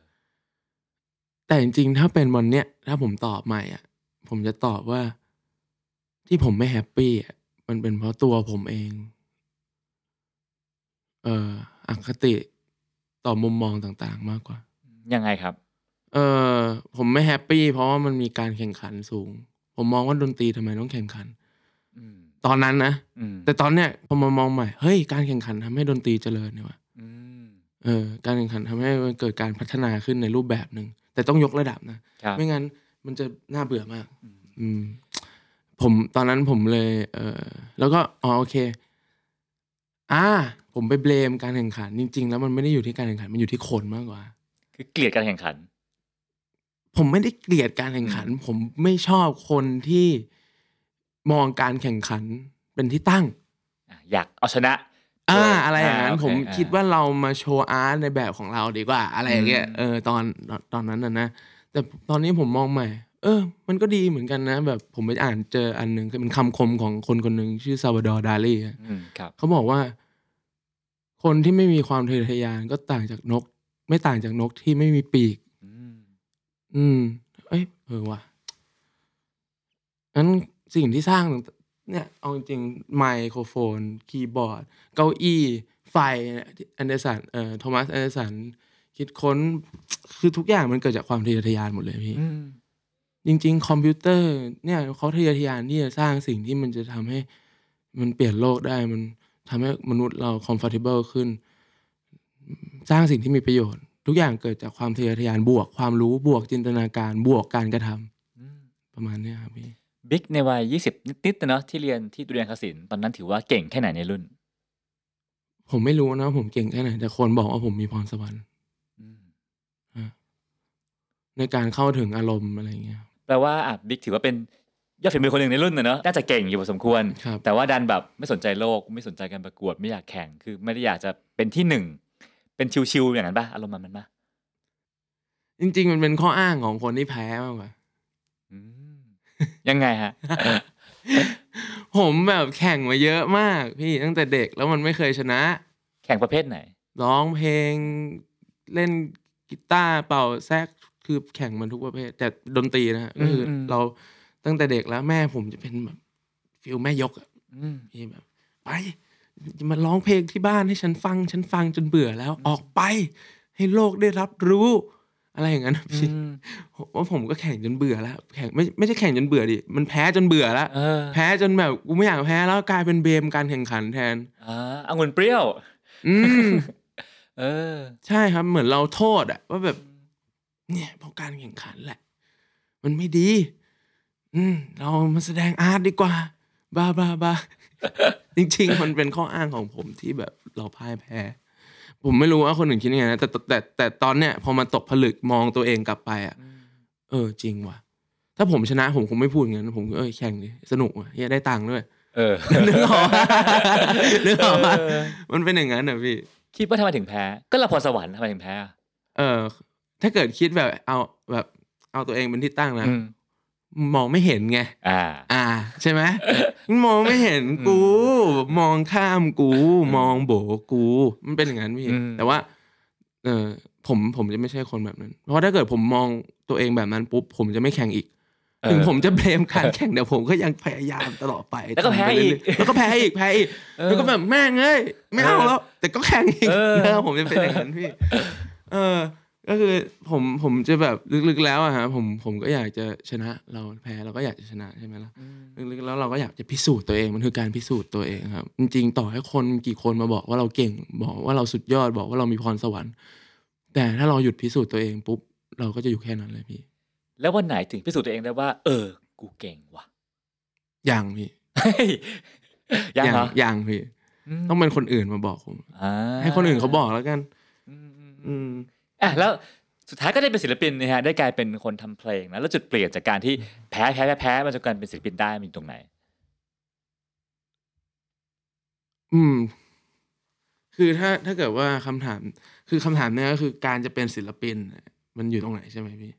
S1: แต่จริง ๆ ถ้าเป็นวันเนี้ยถ้าผมตอบใหม่อ่ะ ผมจะตอบว่า ที่ผมไม่แฮปปี้อ่ะมันเป็นเพราะตัวผมเอง เออ อคติต่อมุมมองต่างๆ มากกว่า
S3: ยังไงครับ
S1: เออผมไม่แฮปปี้เพราะว่ามันมีการแข่งขันสูง ผมมองว่าดนตรีทำไมต้องแข่งขัน
S3: อืม
S1: ตอนนั้นนะ
S3: อืม
S1: แต่ตอนเนี้ยพอมามองใหม่เฮ้ยการแข่งขันทำให้ดนตรีเจริญนี่หว่า
S3: อืม
S1: เออการแข่งขันทำให้มันเกิดการพัฒนาขึ้นในรูปแบบหนึ่งแต่ต้องยกระดับนะ
S3: ครับ
S1: ไม่งั้นมันจะน่าเบื่อมาก
S3: อืม
S1: อืม ผมตอนนั้นผมเลย เออแล้วก็อ๋อโอเค อ่า ผมไปเบลมการแข่งขัน จริง ๆ แล้วมันไม่ได้อยู่ที่การแข่งขันมันอยู่ที่คนมากกว่า
S3: คือเกลียดการแข่งขัน
S1: ผมไม่ได้เกลียดการแข่งขัน ผมไม่ชอบคนที่มองการแข่งขันเป็นที่ตั้ง
S3: อ่ะอยากเอาชนะ
S1: อ่า
S3: โด
S1: อะไรอย่างนั้น
S3: โเ
S1: ผม
S3: อ่
S1: คิดว่าเรามาโชว์อาร์ตในแบบของเราดีกว่า อะไรอย่างเงี้ย
S3: อืม
S1: เออตอนตอนตอนนั้นนะนะ แต่ตอนนี้ผมมองใหม่ เออ มันก็ดีเหมือนกันนะ แบบผมไปอ่านเจออันหนึ่งคือเป็นคำคมของคนคนหนึ่งชื่อซาวดอร์ดาลีอะ
S3: อืมครับ
S1: เขาบอกว่า คนที่ไม่มีความทะเยอทะยานก็ต่างจากนก ไม่ต่างจากนกที่ไม่มีปีก
S3: อืม
S1: อืม เอ้ยเออว่ะงั้นสิ่งที่สร้างต่างเนี่ย เอาจริงๆไมโครโฟน คีย์บอร์ด เก้าอี้ ไฟเนี่ยอันเดอร์สันเอ่อโทมัสอันเดอร์สัน คิดค้น คือทุกอย่างมันเกิดจากความทะเยอทะยานหมดเลยพี่
S3: อืม
S1: จริง ๆ คอมพิวเตอร์เนี่ยเขาทะเยอทะยานที่จะสร้างสิ่งที่มันจะทำให้ มันเปลี่ยนโลกได้มันทำให้มนุษย์เรา comfortable ขึ้น สร้างสิ่งที่มีประโยชน์ ทุกอย่างเกิดจากความทะเยอทะยานบวก ความรู้บวกจินตนาการบวกการกระทำ
S3: อืม
S1: ประมาณเนี้ยครับพี่
S3: บิ๊กในวัย 20 นิดๆนะเนาะที่เรียนที่ดุเรียนคศิลป์ตอนนั้นถือว่าเก่งแค่ไหนในรุ่น
S1: ผมไม่รู้นะว่าผมเก่งแค่ไหน แต่คนบอกว่าผมมีพรสวรรค์
S3: อืม
S1: ในการเข้าถึงอารมณ์อะไรอย่างเงี้ย
S3: แปลว่าอ่ะบิ๊กถือว่าเป็นยอดฝีมือคนหนึ่งในรุ่นนะเนาะน่าจะเก่งอยู่พอสมควร
S1: ครับ
S3: แต่ว่าดันแบบไม่สนใจโลกไม่สนใจการประกวดไม่อยากแข่งคือไม่ได้อยากจะเป็นที่หนึ่งเป็นชิวๆอย่างนั้นป่ะอารมณ์มันมันป่ะ
S1: จริง ๆ มันเป็นข้ออ้างของคนที่แพ้มากกว่า
S3: อืมยังไง ฮะ
S1: ผมแบบแข่งมาเยอะมาก พี่ตั้งแต่เด็กแล้วมันไม่เคยชนะ
S3: แข่งประเภทไหน
S1: ร้องเพลงเล่นกีตาร์เป่าแซกคือแข่งมันทุกประเภท แต่ดนตรีนะฮะก็คืออ
S3: ม
S1: เราตั้งแต่เด็กแล้วแม่ผมจะเป็นแบบฟิลแม่ยกอะ
S3: อืม
S1: มีแบบ ไปจะมาร้องเพลงที่บ้านให้ฉันฟัง ฉันฟังจนเบื่อแล้วออกไป ให้โลกได้รับรู้ อะไรอย่างนั้นนะพี่
S3: อืม
S1: ผมว่าผมก็แข่งจนเบื่อแล้วแข่งไม่ไม่ใช่แข่งจนเบื่อดิมันแพ้จนเบื่อแล้ว
S3: เออ
S1: แพ้จนแบบกูไม่อยากแพ้แล้วกลายเป็นเบมการแข่งขันแทน
S3: อ่าองุ่นเปรี้ยว
S1: อืม
S3: เออ
S1: ใช่ครับ เหมือนเราโทษอะว่าแบบ เนี่ยเพราะการแข่งขันแหละ มันไม่ดี อืม เรามาแสดงอาร์ตดีกว่าบ้าบ้าบ้า จริง ๆ มันเป็นข้ออ้างของผมที่แบบเราพ่ายแพ้ ผมไม่รู้ว่าคนอื่นคิดยังไงนะแต่แต่แต่แต่ตอนเนี้ยพอมาตกผลึกมองตัวเองกลับไปอะเออจริงว่ะ ถ้าผมชนะผมคงไม่พูดอย่างนั้นผมเออแข่งดิสนุกว่ะเหี้ยได้ตังค์ด้วย
S3: เออ
S1: นึกออกปะ นึกออกปะ
S3: เออ
S1: มันเป็นอย่างนั้นเหรอพี่
S3: คิดว่าทำไมถึงแพ้ ก็ละพรสวรรค์ทำไมถึงแพ้อ่ะ
S1: เออถ้าเกิดคิดแบบเอาแบบเอาตัวเองเป็นที่ตั้งนะ
S3: อืม
S1: มองไม่เห็นไง
S3: อ่า
S1: อ่า ใช่ไหม มองไม่เห็นกู มองข้ามกู มองโบกู มันเป็นอย่างนั้นพี่
S3: อืม
S1: แต่ว่า เออผมผมจะไม่ใช่คนแบบนั้น เพราะถ้าเกิดผมมองตัวเองแบบนั้นปุ๊บผมจะไม่แข่งอีก
S3: เออ
S1: ถึงผมจะเบลมการแข่งแต่ผมก็ยังพยายามตลอดไป
S3: แล้วก็แพ้อีก
S1: ทำไปเรื่ยๆแล้วก็แพ้อีกแพ้อีก
S3: เออ
S1: แล้วก็แบบแม่งเอ้ยไม่เอาแล้ว แต่ก็แข่งอีก
S3: เออ
S1: เออผมจะเป็นอย่างนั้น พี่ เออ ก็คือผมผมจะแบบลึกๆแล้วอะฮะผมผมก็อยากจะชนะเราแพ้เราก็อยากจะชนะใช่ไหมล่ะลึกๆแล้วเราก็อยากจะพิสูจน์ตัวเองมันคือการพิสูจน์ตัวเองครับ จริงๆ ต่อให้คนกี่คนมาบอกว่าเราเก่งบอกว่าเราสุดยอดบอกว่าเรามีพรสวรรค์ แต่ถ้าเราหยุดพิสูจน์ตัวเองปุ๊บเราก็จะอยู่แค่นั้นเลยพี่
S3: แล้ววันไหนถึงพิสูจน์ตัวเองได้ว่า เออ กูเก่งว่ะ
S1: อย่างพี่
S3: เฮ้ยยัง
S1: อย่าง
S3: เหรอ
S1: อย่างพี่
S3: ม
S1: ต้องเป็นคนอื่นมาบอกผม
S3: อ่า
S1: ให้คนอื่นเขาบอกแล้วกัน
S3: อืมอืมอื
S1: อื
S3: ม
S1: ม
S3: อ่ะแล้วสุดท้ายก็ได้เป็นศิลปินนะฮะได้กลายเป็นคนทำเพลงนะแล้วจุดเปลี่ยนจากการที่แพ้แพ้แพ้แพ้มาจนกลายเป็นศิลปินได้มันอยู่ตรงไหน
S1: อืม คือถ้าถ้าเกิดว่าคำถาม คือคำถามเนี้ยก็คือการจะเป็นศิลปินเนี่ยมันอยู่ตรงไหนใช่ไหมพี่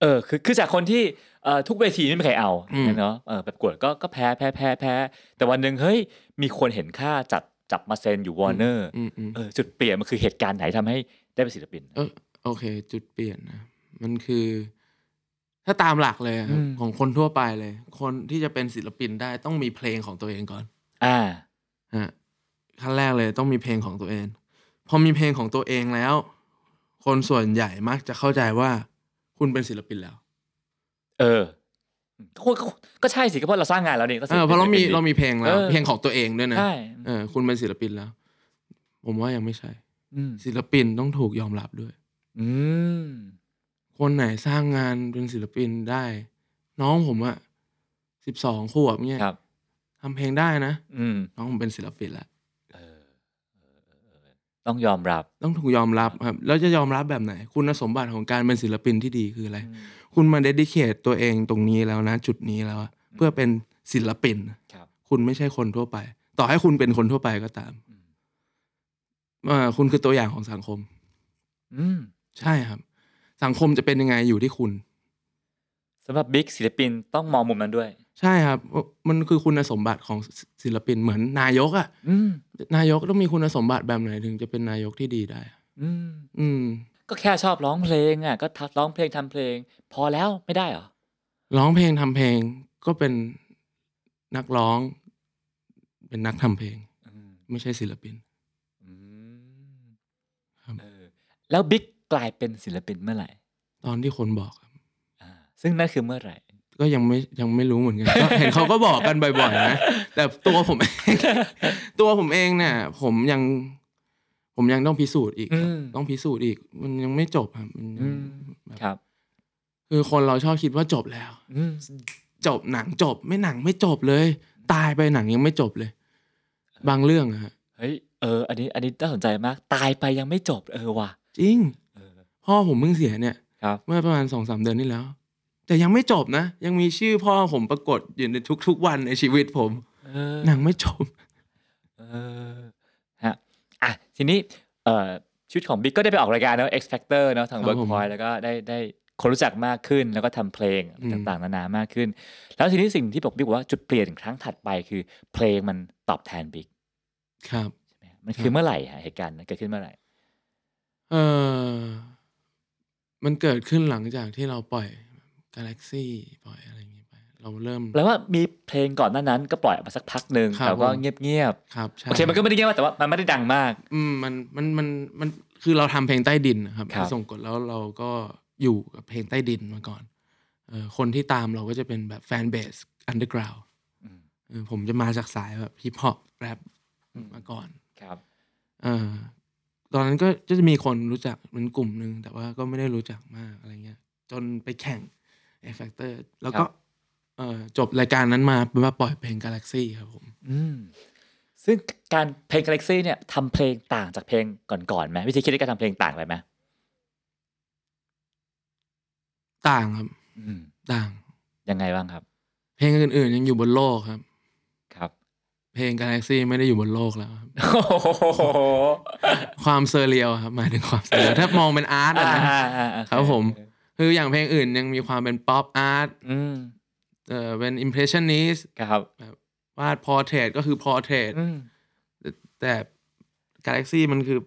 S3: เออคือคือจากคนที่เอ่อทุกเวทีไม่มีใครเอา
S1: อืม
S3: เนาะเออประกวดก็ก็แพ้แพ้แพ้แพ้แต่วันหนึ่งเฮ้ยมีคนเห็นค่าจับจับมาเซ็นอยู่วอร์เนอร์
S1: อืมอืม
S3: เออจุดเปลี่ยนมันคือเหตุการณ์ไหนทำให้ได้เป็นศิลปิน
S1: เออโอเค จุดเปลี่ยนนะ มันคือ ถ้าตามหลักเลยอะครับ
S3: อืม
S1: ของคนทั่วไปเลย คนที่จะเป็นศิลปินได้ต้องมีเพลงของตัวเองก่อน
S3: อ่า
S1: ฮะขั้นแรกเลยต้องมีเพลงของตัวเอง พ พอมีเพลงของตัวเองแล้ว คนส่วนใหญ่มักจะเข้าใจว่า คุณเป็นศิลปินแล้ว
S3: เออก็ก็ก็ใช่สิก็เพราะเราสร้างงานแล้วนี่ก็ศิ
S1: เอ
S3: ล
S1: อ
S3: ปิน
S1: เพราะเรามี
S3: ป็น
S1: เรามีเพลงแล้ว
S3: เออ
S1: เพลงของตัวเองด้วยนะ
S3: ใช่
S1: เออคุณเป็นศิลปินแล้ว ผมว่ายังไม่ใช่
S3: อืม
S1: ศิลปินต้องถูกยอมรับด้วย
S3: อืม
S1: คนไหนสร้างงานเป็นศิลปินได้ น้องผมอะสิบสองขวบเนี่ย
S3: ครับ
S1: ทำเพลงได้นะ
S3: อืม
S1: น้องผมเป็นศิลปินละ
S3: เออเออเออเออต้องยอมรับ
S1: ต้องถูกยอมรับครับ แล้วจะยอมรับแบบไหน คุณสมบัติของการเป็นศิลปินที่ดีคืออะไร
S3: อืม
S1: คุณมาเดดิเคทตัวเองตรงนี้แล้วนะ จุดนี้แล้วอะเพื่อเป็นศิลปิน
S3: ครับ
S1: คุณไม่ใช่คนทั่วไป ต่อให้คุณเป็นคนทั่วไปก็ตาม
S3: อืม
S1: เอ่อคุณคือตัวอย่างของสังคม
S3: อืม
S1: ใช่ครับ สังคมจะเป็นยังไงอยู่ที่คุณ
S3: สำหรับบิ๊กศิลปินต้องมองมุมนั้นด้วย
S1: ใช่ครับ มันคือคุณสมบัติของศิลปินเหมือนนายกอะ
S3: อืม
S1: นายกต้องมีคุณสมบัติแบบไหนถึงจะเป็นนายกที่ดีได้
S3: อืม
S1: อืม
S3: ก็แค่ชอบร้องเพลงอ่ะก็ทัดร้องเพลงทำเพลง พอแล้วไม่ได้เหรอ
S1: ร้องเพลงทำเพลงก็เป็นนักร้อง เป็นนักทำเพลง
S3: อืม
S1: ไม่ใช่ศิลปิน
S3: อืม
S1: ครับ
S3: เออแล้วบิ๊กกลายเป็นศิลปินเมื่อไหร่
S1: ตอนที่คนบอกครับ
S3: อ่าซึ่งนั่นคือเมื่อไหร่
S1: ก็ยังไม่ยังไม่รู้เหมือนกันก็เห็นเขาก็บอกกันบ่อยๆนะแต่ตัวผมเอง ตัวผมเองเนี่ยผมยัง ผมยังต้องพิสูจน์อีกครับ
S3: อืม
S1: ต้องพิสูจน์อีก มันยังไม่จบครับมันยัง
S3: อืมครับ
S1: คือคนเราชอบคิดว่าจบแล้ว
S3: อืม
S1: จบหนังจบ ไม่หนังไม่จบเลย ตายไปหนังยังไม่จบเลย บางเรื่องอะฮะ
S3: เฮ้ยเออ อันนี้ อันนี้น่าสนใจมาก ตายไปยังไม่จบ เออว่ะ
S1: จริง
S3: เออ
S1: พ่อผมเพิ่งเสียเนี่ย
S3: ครับ
S1: เมื่อประมาณสองสามเดือนที่แล้ว แต่ยังไม่จบนะ ยังมีชื่อพ่อผมปรากฏอยู่ในทุกๆวันในชีวิตผม
S3: เออ
S1: หนังไม่จบ
S3: เออฮะอ่ะทีนี้เอ่อชีวิตของบิ๊กก็ได้ไปออกรายการเนอะ X Factor เนอะทาง
S1: ครับผม
S3: Workpoint แล้วก็ได้ได้คนรู้จักมากขึ้น แล้วก็ทำเพลง
S1: อืม
S3: ต่างๆ นานามากขึ้น แล้วทีนี้สิ่งที่บอกบิ๊กบอกว่าจุดเปลี่ยนครั้งถัดไปคือเพลงมันตอบแทนบิ๊ก
S1: ครับ
S3: ใช่ไหมฮะมัน
S1: ครั
S3: คือบ เมื่อไหร่ฮะเหตุการณ์นั้นเกิดขึ้นเมื่อไหร่
S1: เออมันเกิดขึ้นหลังจากที่เราปล่อยกาแล็กซี่ปล่อยอะไรอย่างงี้ไป เราเริ่ม
S3: แปลว่ามีเพลงก่อนหน้านั้นก็ปล่อยออกมาสักพักหนึ่ง
S1: ครับ
S3: แต่ว่า
S1: ผม
S3: เงียบ
S1: ครับ
S3: ๆ
S1: ใช่
S3: โอเคมันก็ไม่ได้เงียบมากแต่ว่ามันไม่ได้ดังมาก
S1: อืมมันมันมันมันคือเราทำเพลงใต้ดินนะครับ
S3: ครับ
S1: ที่ส่งกดแล้วเราก็อยู่กับเพลงใต้ดินมาก่อนเออคนที่ตามเราก็จะเป็นแบบแฟนเบสอันเดอร์กราว
S3: อืม
S1: เออผมจะมาจากสายแบบฮิปฮอปแรป
S3: อืม
S1: มาก่อน
S3: ครับ
S1: เออตอนนั้นก็จะมีคนรู้จักเป็นกลุ่มหนึ่งแต่ว่าก็ไม่ได้รู้จักมากอะไรเงี้ย จนไปแข่ง a อ Factor แล้วก็
S3: ครับ
S1: เออจบรายการนั้นมาเป็นว่าปล่อยเพลง Galaxy ครับผม
S3: อืมซึ่งการเพลง Galaxy เนี่ยทำเพลงต่างจากเพลงก่อนๆไหมวิธีคิดในการทำเพลงต่างไปไหม
S1: ต่างครับ
S3: อืม
S1: ต่าง
S3: ยังไงบ้างครับ
S1: เพลงอื่นๆ ยังอยู่บนโลกครับ
S3: ครับ
S1: เพลง Galaxy ไม่ได้อยู่บนโลกแล้วครับ
S3: โอ้โห
S1: ความเซอร์เรียลครับหมายถึงความเซอร์เรี ยลถ้ามองเป็นอาร์ต
S3: อ่า
S1: นะ
S3: อ่าอ่า
S1: ครับผม คืออย่างเพลงอื่นยังมีความเป็นป๊อปอาร์ต
S3: อืม
S1: เออเป็น impressionist
S3: ครับ
S1: วาด portrait ก็คือ portrait
S3: อืม
S1: แต่ Galaxy มันคือ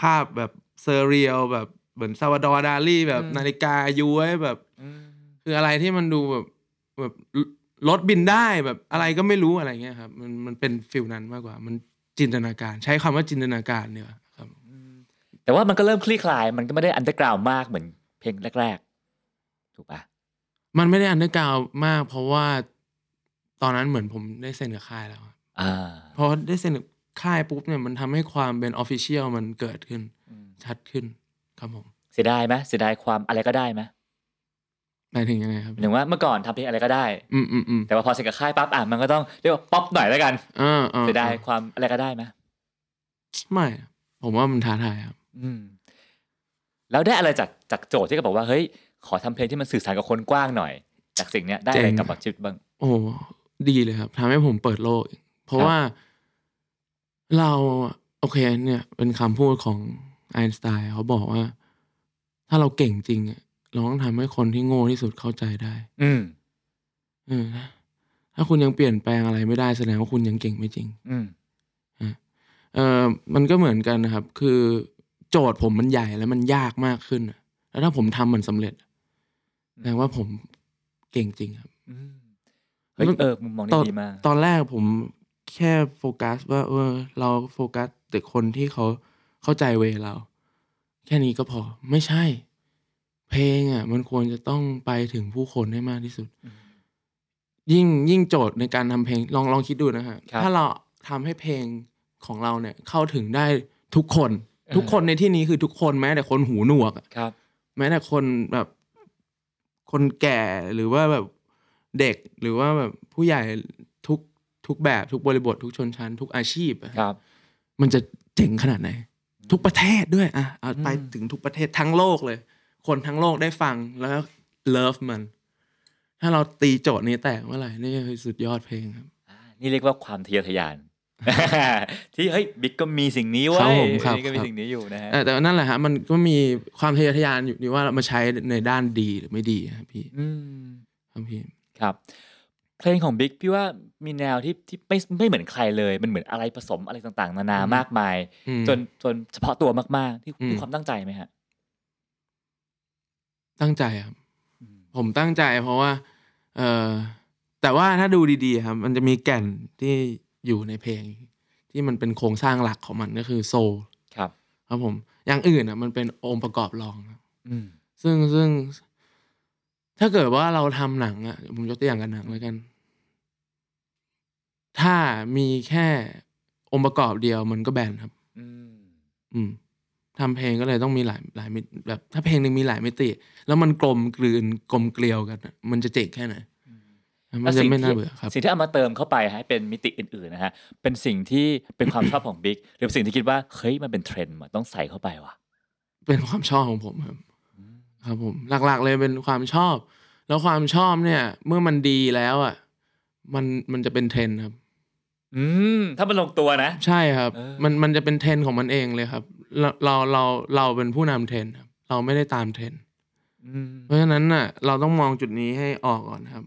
S1: ภาพแบบเซอร์เรียลแบบเหมือนซาวดอร์ดาลีแบบนาฬิกาย้วยแบบ
S3: อืม
S1: คืออะไรที่มันดูแบบแบบรถบินได้แบบอะไรก็ไม่รู้อะไรเงี้ยครับ มันมันเป็นฟิลนั้นมากกว่า มันจินตนาการใช้คำว่าจินตนาการเนี่ยครับ
S3: แต่ว่ามันก็เริ่มคลี่คลาย มันก็ไม่ได้อันเดอร์กราวมากเหมือนเพลงแรกๆ ถูกปะ
S1: มันไม่ได้อันเดอร์กราวมาก เพราะว่าตอนนั้นเหมือนผมได้เซ็นกับค่ายแล้วอะ
S3: อ่า
S1: พอได้เซ็นกับค่ายปุ๊บเนี่ยมันทำให้ความเป็นออฟฟิเชียลมันเกิดขึ้นชัดขึ้นครับผม
S3: เสียดายไหมเสียดายความอะไรก็ได้ไหม
S1: หมายถึงยังไงครับ
S3: หมายถึงว่าเมื่อก่อนทำเพลงอะไรก็ได้
S1: อืมอืมอืม
S3: แต่ว่าพอเสร็จกับค่ายปั๊บอ่ะมันก็ต้องเรียกว่าป๊อปหน่อยแล้วกัน
S1: อ่าอ่า
S3: เสียดายความอะไรก็ได้ไหม
S1: ไม่อะผมว่ามันท้าทายครับ
S3: อืม แล้วได้อะไรจากจากโจทย์ที่ก็บอกว่าเฮ้ยขอทำเพลงที่มันสื่อสารกับคนกว้างหน่อย จากสิ่งเนี้ยได้อะไร
S1: เจ๋ง
S3: กลับมาชีวิตบ้าง
S1: โอ้โหดีเลยครับทำให้ผมเปิดโลกอีกเพราะ
S3: ครับ
S1: ว่าเราอะโอเค เนี่ย เป็นคำพูดของไอน์สไตน์เขาบอกว่า ถ้าเราเก่งจริงอะเราต้องทำให้คนที่โง่ที่สุดเข้าใจได้
S3: อืม
S1: เออถ้าคุณยังเปลี่ยนแปลงอะไรไม่ได้แสดงว่าคุณยังเก่งไม่จริง
S3: อืม
S1: เออมันก็เหมือนกันนะครับ คือโจทย์ผมมันใหญ่แล้วมันยากมากขึ้นอะแล้วถ้าผมทำมันสำเร็จอะแสดงว่าผมเก่งจริงครับ
S3: อืมเฮ้ย
S1: มัน
S3: เออมุมมอง
S1: ตอ
S3: นี่
S1: น
S3: ดีมาก
S1: ตอนแรกผมแค่โฟกัสว่า เออ เราโฟกัสแต่คนที่เขา เข้าใจเวเรา แค่นี้ก็พอไม่ใช่ เพลงอ่ะ มันควรจะต้องไปถึงผู้คนให้มากที่สุด ยิ่งยิ่งโจทย์ในการทำเพลงลองลองคิดดูนะฮะ
S3: ครับ
S1: ถ้าเราทำให้เพลงของเราเนี่ย เข้าถึงได้ทุกคน ทุกคนในที่นี้คือทุกคนแม้แต่คนหูหนวกอะ
S3: ครับ
S1: แม้แต่คนแบบคนแก่หรือว่าแบบเด็กหรือว่าแบบผู้ใหญ่ทุกทุกแบบทุกบริบททุกชนชั้น ทุกอาชีพอะ
S3: ครับ
S1: มันจะเจ๋งขนาดไหน ทุกประเทศด้วยอ่ะเอาไป
S3: อืม
S1: ถึงทุกประเทศทั้งโลกเลย คนทั้งโลกได้ฟังแล้วเลิฟมัน ถ้าเราตีโจทย์นี้แตกเมื่อไหร่นี่คือสุดยอดเพลงครับ
S3: อ่านี่เรียกว่าความทะเยอทะยาน ที่เฮ้ยบิ๊กก็มีสิ่งนี้
S1: ครั
S3: เว้
S1: บ
S3: ย
S1: ผมครับ
S3: บิ๊กก็
S1: ค
S3: มี
S1: รับ
S3: สิ่งนี้อยู่นะฮะ
S1: เออแต่นั่นแหละฮะมันก็มีความทะเยอทะยานอยู่ที่ว่าเรามาใช้ในด้านดีหรือไม่ดีครับพี่
S3: อืม
S1: ครับพี่
S3: ครับ เพลงของบิ๊กพี่ว่ามีแนวที่ที่ไม่ไม่เหมือนใครเลย มันเหมือนอะไรผสมอะไรต่างๆ นานา
S1: อืม
S3: มากมาย
S1: อืม
S3: จนจนเฉพาะตัวมากๆที่
S1: อืม
S3: ที่ความตั้งใจไหมฮะ
S1: ตั้งใจครับ ผมตั้งใจเพราะว่า เออแต่ว่าถ้าดูดีๆครับ มันจะมีแก่นที่อยู่ในเพลง ที่มันเป็นโครงสร้างหลักของมันก็คือโซล
S3: ครับ
S1: ครับผม อย่างอื่นอ่ะ มันเป็นองค์ประกอบรองครับ
S3: อืม
S1: ซึ่งซึ่ง ถ้าเกิดว่าเราทำหนังอ่ะผมยกตัวอย่างกับหนังแล้วกัน ถ้ามีแค่องค์ประกอบเดียวมันก็แบนครับ
S3: อืม
S1: อืมทำเพลงก็เลยต้องมีหลายหลายมิติแบบ ถ้าเพลงหนึ่งมีหลายมิติ แล้วมันกลมกลืนกลมเกลียวกันอะมันจะเจ๋งแค่ไหนมันจะ
S3: แล้วสิ่ง
S1: ไม่น่า
S3: ที่
S1: เบื่อครับ
S3: สิ่งที่เอามาเติมเข้าไปให้เป็นมิติอื่นๆนะฮะ เป็นสิ่งที่เป็นความชอบของบิ๊กหรือเป็นสิ่งที่คิดว่าเฮ้ยมันเป็นเทรนด์ว่ะต้องใส่เข้าไปว่ะ
S1: เป็นความชอบของผมครับ ครับผม หลักๆเลยเป็นความชอบ แล้วความชอบเนี่ย เมื่อมันดีแล้วอ่ะ มันมันจะเป็นเทรนด์ครับ
S3: อืม ถ้ามันลงตัวนะ
S1: ใช่ครับ
S3: เออ
S1: มันมันจะเป็นเทรนด์ของมันเองเลยครับ เราเราเราเราเป็นผู้นำเทรนด์ครับ เราไม่ได้ตามเทรนด์
S3: อืม
S1: เพราะฉะนั้นน่ะเราต้องมองจุดนี้ให้ออกก่อนครับ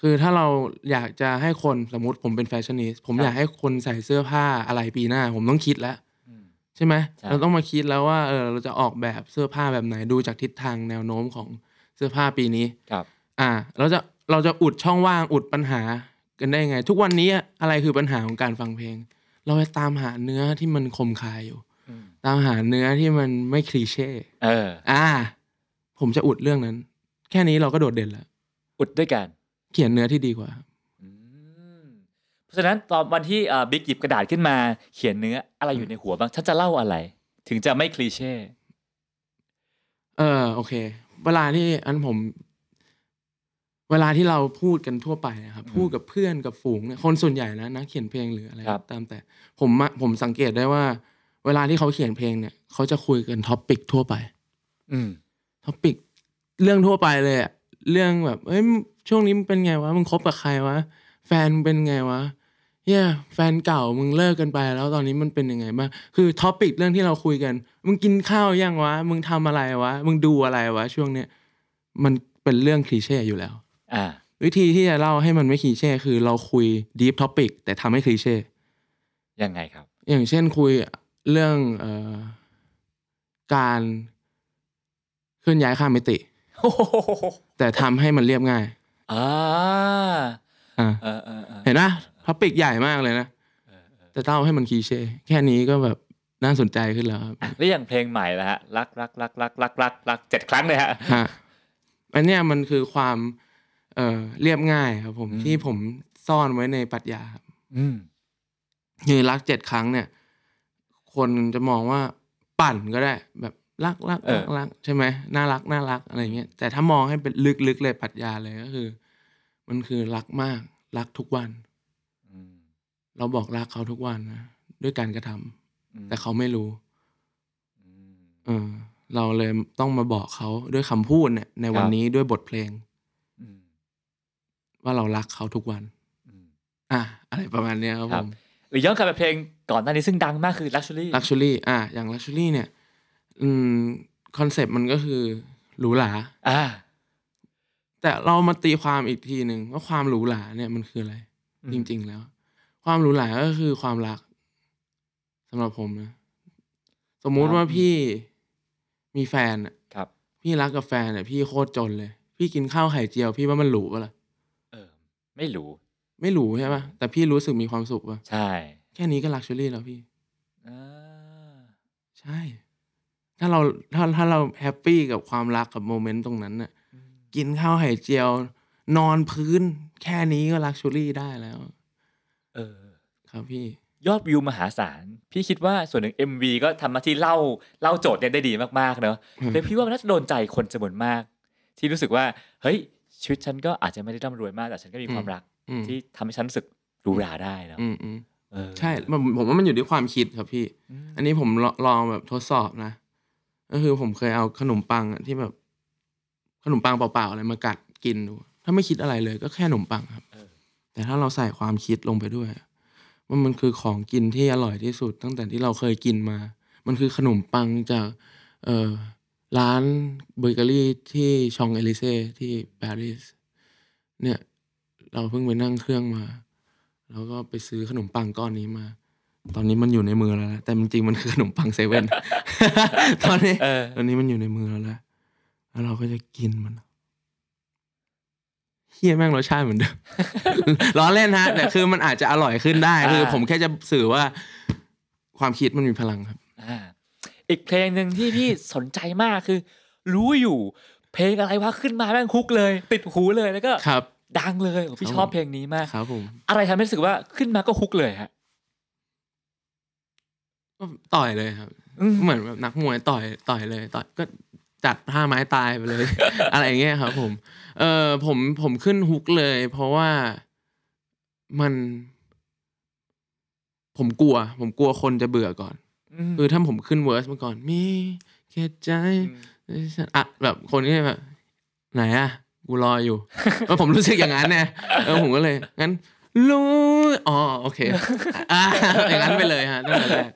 S1: คือถ้าเราอยากจะให้คนสมมติผมเป็นแฟชั่นนิสต์ผม
S3: ครับ
S1: อยากให้คนใส่เสื้อผ้าอะไรปีหน้า ผมต้องคิดแล้ว
S3: อืม
S1: ใช่ไหม
S3: ใช่
S1: เราต้องมาคิดแล้วว่าเออเราจะออกแบบเสื้อผ้าแบบไหนดูจากทิศทางแนวโน้มของเสื้อผ้าปีนี้
S3: ครับ
S1: อ่า เราจะเราจะอุดช่องว่างอุดปัญหากันได้ยังไง ทุกวันนี้อะไรคือปัญหาของการฟังเพลง เราจะตามหาเนื้อที่มันคมคายอยู่
S3: อืม
S1: ตามหาเนื้อที่มันไม่คลีเช่
S3: เออ
S1: อ่า ผมจะอุดเรื่องนั้น แค่นี้เราก็โดดเด่นแล้ว
S3: อุดด้วยกัน
S1: เขียนเนื้อที่ดีกว่า
S3: อืมเพราะฉะนั้นตอนวันที่เอ่อบิ๊กหยิบกระดาษขึ้นมาเขียนเนื้ออะไรอยู่ในหัวบ้างฉันจะเล่าอะไร ถึงจะไม่คลีเช่
S1: เออ โอเค เวลาที่อันผม เวลาที่เราพูดกันทั่วไปนะครับ
S3: อืม
S1: พูดกับเพื่อนกับฝูงเนี่ยคนส่วนใหญ่แล้วนะเขียนเพลงหรืออะไร
S3: ครับ
S1: ตามแต่ ผมอะผมสังเกตได้ว่า เวลาที่เขาเขียนเพลงเนี่ย เขาจะคุยกันท็อปปิกทั่วไป
S3: อืม
S1: ท็อปิกเรื่องทั่วไปเลยอะเรื่องแบบเอ้ยช่วงนี้มึงเป็นไงวะมึงคบกับใครวะ แฟนมึงเป็นไงวะเฮียแฟนเก่ามึงเลิกกันไป แล้วตอนนี้มันเป็นยังไงบ้างคือท็อปิกเรื่องที่เราคุยกัน มึงกินข้าวยังวะ มึงทำอะไรวะ มึงดูอะไรวะ ช่วงเนี้ยมันเป็นเรื่องคลีเช่อยู่แล้ว
S3: อ่า
S1: วิธีที่จะเล่าให้มันไม่คลีเช่คือเราคุยดีฟท็อปิกแต่ทำให้คลีเช่
S3: ยังไงครับ
S1: อย่างเช่นคุยเรื่องเอ่อการเคลื่อนย้ายข้ามมิติ แต่ทำให้มันเรียบง่าย
S3: อ่า
S1: อ่ะ
S3: เออเออเออ
S1: เห็นนะพับปิกใหญ่มากเลยนะ แต่เล่าให้มันคลีเช่ แค่นี้ก็แบบน่าสนใจขึ้นแล้วครับ
S3: อ่ะแล้วอย่างเพลงใหม่ละฮะรักรักรักรักรักรักรักเจ็ดครั้งเลยฮะ
S1: ฮะอันเนี้ยมันคือความเอ่อเรียบง่ายครับผม
S3: อืม
S1: ที่ผมซ่อนไว้ในปรัชญาครับ
S3: อืม
S1: คือรักเจ็ดครั้งเนี่ย คนจะมองว่าปั่นก็ได้ แบบรักรัก
S3: เอ
S1: รั
S3: อ
S1: กรักใช่ไหมน่ารักน่ารักอะไรเงี้ยแต่ถ้ามองให้เป็นลึกๆเลยปรัชญาเลยก็คือ มันคือรักมาก รักทุกวัน
S3: อืม
S1: เราบอกรักเขาทุกวันนะด้วยการกระทำ
S3: อืม
S1: แต่เขาไม่รู้
S3: อืม
S1: เออ เราเลยต้องมาบอกเขาด้วยคำพูดเนี่ยในวันนี้ด้วยบทเพลง
S3: อืม
S1: ว่าเรารักเขาทุกวัน
S3: อืม
S1: อ่ะอะไรประมาณเนี้ยครับ
S3: ค
S1: ผ
S3: รับ
S1: ม
S3: หรือย้อนกลับไปเพลงก่อนหน้านี้ซึ่งดังมากคือ Luxury
S1: luxury อ่ะอย่าง luxury เนี่ย อืมคอนเซปต์มันก็คือหรูหรา
S3: อ่า
S1: แต่เรามาตีความอีกทีหนึ่งว่าความหรูหราเนี่ยมันคืออะไร
S3: อืม
S1: จริง ๆ แล้ว ความหรูหราก็คือความรักสำหรับผมนะ สมมุติว่าพี่มีแฟนอะ
S3: ครับ
S1: พี่รักกับแฟนเนี่ยพี่โคตรจนเลย พี่กินข้าวไข่เจียว พี่ว่ามันหรูปะล่ะ
S3: เออ ไม่รู้
S1: ไม่หรูใช่ปะแต่พี่รู้สึกมีความสุขปะ
S3: ใช่
S1: แค่นี้ก็ลักชัวรี่แล้วพี่
S3: อ่า
S1: ใช่ ถ้าเราถ้าถ้าเราแฮปปี้กับความรักกับโมเมนต์ตรงนั้นน่ะ กินข้าวไข่เจียว นอนพื้น แค่นี้ก็ลักชูรี่ได้แล้ว
S3: เออ
S1: ครับพี่
S3: ยอดวิวมหาศาล พี่คิดว่าส่วนหนึ่ง MV ก็ทำหน้าที่เล่าเล่าโจทย์เนี่ยได้ดีมากๆเนอะ
S1: อืม
S3: แต่พี่ว่ามันน่าจะโดนใจคนจำนวนมาก ที่รู้สึกว่า เฮ้ย ชีวิตฉันก็อาจจะไม่ได้ร่ำรวยมากแต่ฉันก็มีความรัก
S1: อืม
S3: ที่ทำให้ฉันรู้สึกหรูหราได้เนอะ
S1: อืมอืม
S3: เออ
S1: ใช่ผมผมว่ามันอยู่ที่ความคิดครับพี่
S3: อืม
S1: อันนี้ผมลลองแบบทดสอบนะ ก็คือผมเคยเอาขนมปังอะที่แบบ ขนมปังเปล่าๆอะไรมากัดกินดู ถ้าไม่คิดอะไรเลย ก็แค่ขนมปังครับ แต่ถ้าเราใส่ความคิดลงไปด้วยอะมันมันคือของกินที่อร่อยที่สุด ตั้งแต่ที่เราเคยกินมา มันคือขนมปังจาก เอ่อร้านเบเกอรี่ที่ชองเอลิเซ่ที่ปารีสเนี่ย เราเพิ่งไปนั่งเครื่องมา แล้วก็ไปซื้อขนมปังก้อนนี้มา ตอนนี้มันอยู่ในมือแล้วนะแต่จริงๆมันคือขนมปังเซเว่น ตอนนี้
S3: เออ
S1: ตอนนี้มันอยู่ในมือแล้วนะแล้วเราก็จะกินมันเฮียแม่งรสชาติเหมือนเดิม ล้อเล่นฮะแต่คือมันอาจจะอร่อยขึ้นได้ คือ
S3: อ่า
S1: ผมแค่จะสื่อว่า ความคิดมันมีพลังครับ
S3: อ่าอีกเพลงหนึ่งที่พี่ สนใจมากคือ รู้อยู่ เพลงอะไรวะขึ้นมาแม่งฮุกเลย ติดหูเลยแล้วก็
S1: ครับ
S3: ดังเลยโอ้พี่
S1: ครับ
S3: ชอบ
S1: ผม
S3: เพลงนี้มาก
S1: ครับผม
S3: อะไรทำให้รู้สึกว่าขึ้นมาก็ฮุกเลยฮะ
S1: ก็ต่อยเลยครับ
S3: อืม
S1: เหมือนแบบนักมวยต่อยต่อยเลยต่อยก็จัดท่าไม้ตายไปเลย อะไรอย่างเงี้ยครับ ผม เออผมผมขึ้นฮุกเลย เพราะว่ามัน ผมกลัว ผมกลัวคนจะเบื่อก่อนคือถ้าผมขึ้นเวอร์สมาก่อน มีแค่ใจอ่ะแบบคนนี้แบบ ไหนอะกูรออยู่ เออผมรู้สึกอย่างนั้นเนี่ยเออผมก็เลยงั้นรู้อ๋อโอเค อ่ะอย่างนั้นไปเลยฮะตั้งแต่แรก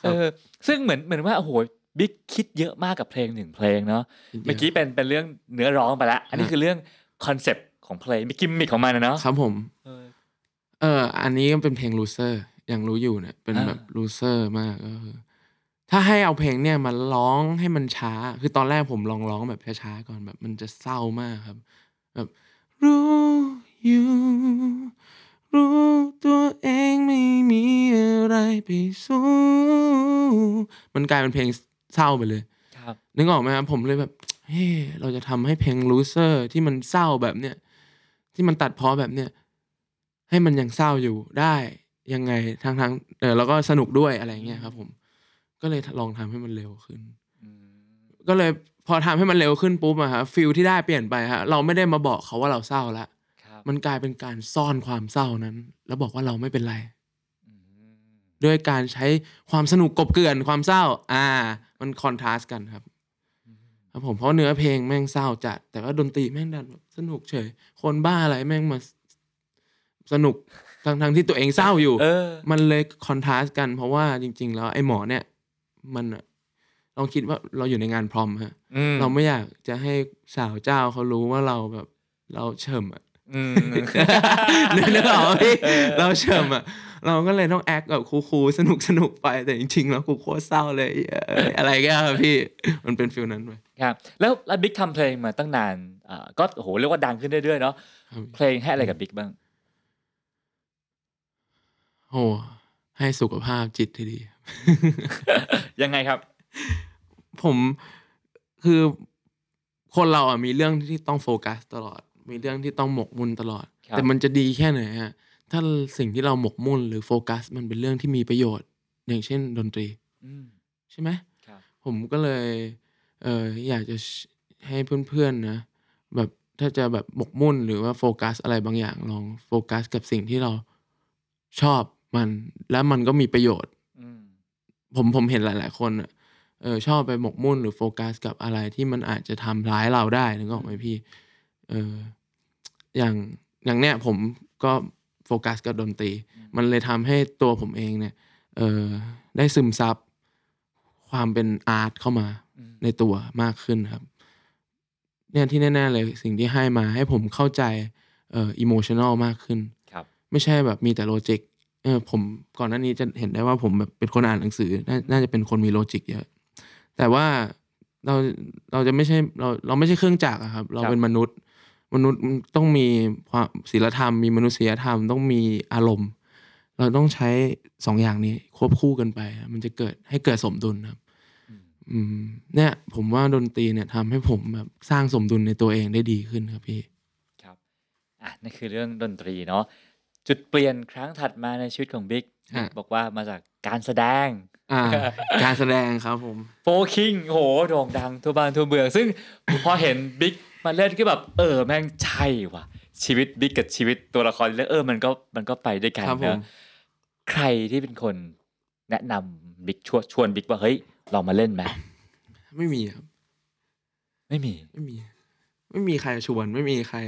S1: ค
S3: เอ
S1: รับ
S3: อซึ่งเหมือนเหมือนว่าโอ้โหบิ๊กคิดเยอะมากกับเพลงหนึ่งเพลงเนาะเมื่อกี้เป็นเป็นเรื่องเนื้อร้องไปละอันนี้คือเรื่องคอนเซปต์ของเพลงมีกิมมิคของมันนะเนาะ
S1: ครับผม
S3: เออ
S1: เออ อันนี้มันเป็นเพลง loser อย่างรู้อยู่เนี่ย เป็น
S3: อ่า
S1: แบบ loser มากก็คือ ถ้าให้เอาเพลงเนี่ยมาร้องให้มันช้า คือตอนแรกผมลองร้องแบบช้าๆก่อนแบบมันจะเศร้ามากครับ แบบ รู้อยู่ รู้ตัวเองไม่มีอะไรไปสู้ มันกลายเป็นเพลงเศร้าไปเลย
S3: ครับ
S1: นึกออกไหมครับผมเลยแบบ เฮ้ยเราจะทำให้เพลง loser ที่มันเศร้าแบบเนี้ยที่มันตัดเพ้อแบบเนี้ยให้มันยังเศร้าอยู่ได้ยังไงทางทางๆเออแล้วก็สนุกด้วยอะไรอย่างเงี้ยครับ ผม ก็เลยลองทำให้มันเร็วขึ้น ก็เลยพอทำให้มันเร็วขึ้นปุ๊บอะฮะฟิลที่ได้เปลี่ยนไปฮะเราไม่ได้มาบอกเขาว่าเราเศร้าละ
S3: ครับ
S1: มันกลายเป็นการซ่อนความเศร้านั้น แล้วบอกว่าเราไม่เป็นไร
S3: อืม
S1: ด้วยการใช้ความสนุกกลบเกลื่อนความเศร้า อ่า มันคอนทราสต์กันครับ ครับผมเพราะเนื้อเพลงแม่งเศร้าจัด แต่ว่าดนตรีแม่งดันแบบสนุกเฉย คนบ้าอะไรแม่งมาสนุกทั้งทั้งที่ตัวเองเศร้าอยู่
S3: เออ
S1: มันเลยคอนทราสต์กัน เพราะว่าจริง ๆ แล้วไอ้หมอเนี่ย มันอะลองคิดว่าเราอยู่ในงานพรอมฮะ
S3: อืม
S1: เราไม่อยากจะให้สาวเจ้าเขารู้ว่าเราแบบ เราเฉิมอะ
S3: อื ม
S1: นึกนึกออกไหมพี่
S3: เออ
S1: เราเฉิมอ่ะ เราก็เลยต้องแอคแบบคูลๆสนุกสนุกๆไปแต่จริงๆแล้วกูโคตรเศร้าเลยเอ้ยอะไรก็ครับพี่ มันเป็นฟิลนั้นไป
S3: ครับแล้วแล้วบิ๊กทำเพลงมาตั้งนานอ่าก็โอ้โหเรียกว่าดังขึ้นเรื่อยๆเนาะ
S1: ครับ
S3: เพลงให้อะไรกับบิ๊กบ้าง
S1: โอ้ให้สุขภาพจิตที่ดี
S3: ยังไงครับ
S1: ผมคือคนเราอ่ะมีเรื่องที่ต้องโฟกัสตลอด มีเรื่องที่ต้องหมกมุ่นตลอด
S3: ครับ
S1: แต่มันจะดีแค่ไหนฮะถ้าสิ่งที่เราหมกมุ่นหรือโฟกัส มันเป็นเรื่องที่มีประโยชน์ อย่างเช่น ดนตรี
S3: อืม
S1: ใช่ไหม
S3: ครับ
S1: ผมก็เลย เอออยากจะชให้เพื่อนๆนะ แบบถ้าจะแบบหมกมุ่นหรือว่าโฟกัสอะไรบางอย่างลองโฟกัสกับสิ่งที่เราชอบมัน และมันก็มีประโยชน์
S3: อืม
S1: ผมผมเห็นหลาย ๆ คนอะเออชอบไปหมกมุ่นหรือโฟกัสกับอะไรที่มันอาจจะทำร้ายเราได้นึกออกไหมพี่เอออย่างอย่างเนี้ยผมก็โฟกัสกับดนตรี มันเลยทำให้ตัวผมเองเนี่ยเออได้ซึมซับความเป็นอาร์ตเข้ามา
S3: อืม
S1: ในตัวมากขึ้นครับ เนี่ยที่แน่ ๆ เลยสิ่งที่ให้มาให้ผมเข้าใจเอ่ออิโมชันอลมากขึ้น
S3: ครับ
S1: ไม่ใช่แบบมีแต่โลจิกเออผมก่อนหน้านี้จะเห็นได้ว่าผมแบบเป็นคนอ่านหนังสือนาน่าจะเป็นคนมีโลจิกเยอะ แต่ว่าเราเราจะไม่ใช่เราเราไม่ใช่เครื่องจักรอะครับ เรา
S3: ครับ
S1: เป็นมนุษย์ มนุษย์มันต้องมีความศีลธรรม มีมนุษยธรรมต้องมีอารมณ์ เราต้องใช้สองอย่างนี้ควบคู่กันไปฮะมันจะเกิดให้เกิดสมดุลครับ อืมเนี่ยผมว่าดนตรีเนี่ยทำให้ผมแบบสร้างสมดุลในตัวเองได้ดีขึ้นครับพี่
S3: ครับอ่ะนั่นคือเรื่องดนตรีเนาะจุดเปลี่ยนครั้งถัดมาในชีวิตของบิ๊ก
S1: ฮะ
S3: บอกว่ามาจากการแสดง
S1: อ่า การแสดงครับผม
S3: โฟคิงโหโด่งดังทั่วบ้านทั่วเมือง ซึ่ง พอเห็นบิ๊กมาเล่นก็แบบเออแม่งใช่ว่ะ ชีวิตบิ๊กกับชีวิตตัวละครแล้วเออมันก็มันก็ไปด้วยกัน
S1: ครับผม
S3: นะใครที่เป็นคนแนะนำบิ๊กชวนชวนบิ๊กว่า เฮ้ยลองมาเล่นไหม
S1: ไม่มีครับ
S3: ไม่มี
S1: ไม่มี ไม่มีใครชวน ไม่มีใคร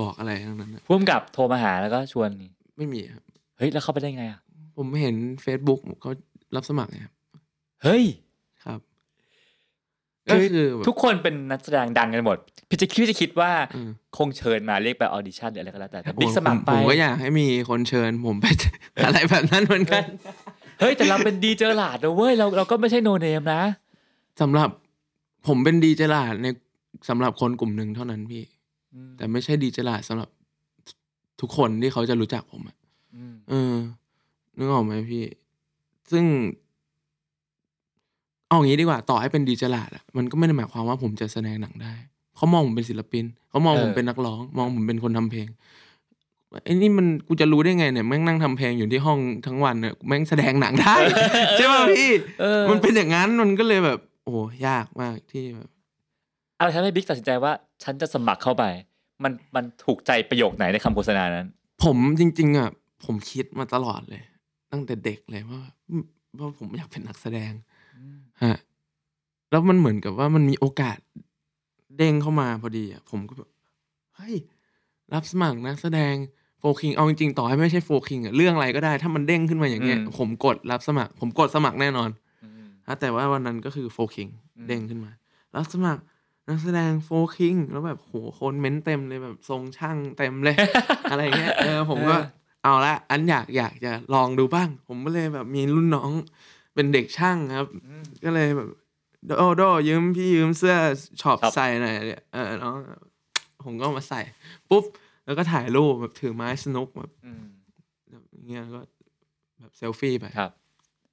S1: บอกอะไรทั้งนั้นอะ
S3: พ่วงกับโทรมาหาแล้วก็ชวน
S1: ไม่มีครับ
S3: เฮ้ยแล้วเข้าไปได้ไงอ่ะ
S1: ผมเห็น Facebook เขารับสมัครเนี่ยครับ
S3: เฮ้ย
S1: ครับ
S3: คื
S1: ก็
S3: อ
S1: คือแบบ
S3: ทุกคนเป็นนักแสดงดังกันหมดพี่จะคิดจะคิดว่า
S1: อืม
S3: คงเชิญมาเรียกไปออดิชั่นหรืออะไรก็แล้วแต่แต่
S1: โอ้
S3: บิ๊กสมัครไป
S1: ผผมก็อยากให้มีคนเชิญผมไป อะไรแบบนั้นเหมือนกัน
S3: เฮ้ยแต่เราเป็นดีเจอหลาดนะเว้ยเราเราก็ไม่ใช่โนเนมนะ
S1: สำหรับผมเป็นดีเจลาดในสำหรับคนกลุ่มหนึ่งเท่านั้นพี่ แต่ไม่ใช่ดีเจลาดสำหรับทุกคนที่เขาจะรู้จักผมอะ
S3: อืม
S1: เออนึกออกไหมพี่ ซึ่ง เอาอย่างนี้ดีกว่า ต่อให้เป็นดีเจลาดอะมันก็ไม่ได้หมายความว่าผมจะแสดงหนังได้ เขามองผมเป็นศิลปิน เขามองผมเป็นนักร้อง มองผมเป็นคนทำเพลงไอ้นี่มันกูจะรู้ได้ไงเนี่ยแม่งนั่งทำเพลงอยู่ที่ห้องทั้งวันเนี่ยแม่งแสดงหนัง ได้ ใช่ป่ะพี่
S3: เออ
S1: มันเป็นอย่างนั้นมันก็เลยแบบ โอ้ยากมากที่แบบ
S3: อะไรทำให้บิ๊กตัดสินใจว่า ฉันจะสมัครเข้าไป มันมันถูกใจประโยคไหนในคำโฆษณานั้น
S1: ผมจริงๆอ่ะผมคิดมาตลอดเลย ตั้งแต่เด็กเลยว่าว่าผมอยากเป็นนักแสดงฮะแล้วมันเหมือนกับว่ามันมีโอกาสเด้งเข้ามาพอดีอ่ะผมก็แบบเฮ้ยรับสมัครนักแสดงโฟคิงเอาจริงๆต่อให้ไม่ใช่โฟคิงอ่ะเรื่องอะไรก็ได้ ถ้ามันเด้งขึ้นมาอย่างเงี้ย
S3: อืม
S1: ผมกดรับสมัคร ผมกดสมัครแน่นอน
S3: อืม
S1: ฮะแต่ว่าวันนั้นก็คือโฟคิง
S3: อืม
S1: เด้งขึ้นมา รับสมัครนักแสดงโฟคิงแล้วแบบโหคนเม้นต์เต็มเลยแบบทรงช่างเต็ม เลย อะไรเงี้ย เออผมก็เอาละ อันอยากอยากจะลองดูบ้าง ผมก็เลยแบบมีรุ่นน้องเป็นเด็กช่างครับ
S3: อืม
S1: ก็เลยแบบโดโดยืมพี่ยืมเสื้อช็อป
S3: ครับ
S1: ใส่หน่อยเนี่ยเออน้องผมก็เอามาใส่ ปุ๊บ แล้วก็ถ่ายรูปแบบถือไม้สนุกแบบ
S3: อืม
S1: อย่างเงี้ยแล้วก็แบบเซลฟี่ไป
S3: ครับ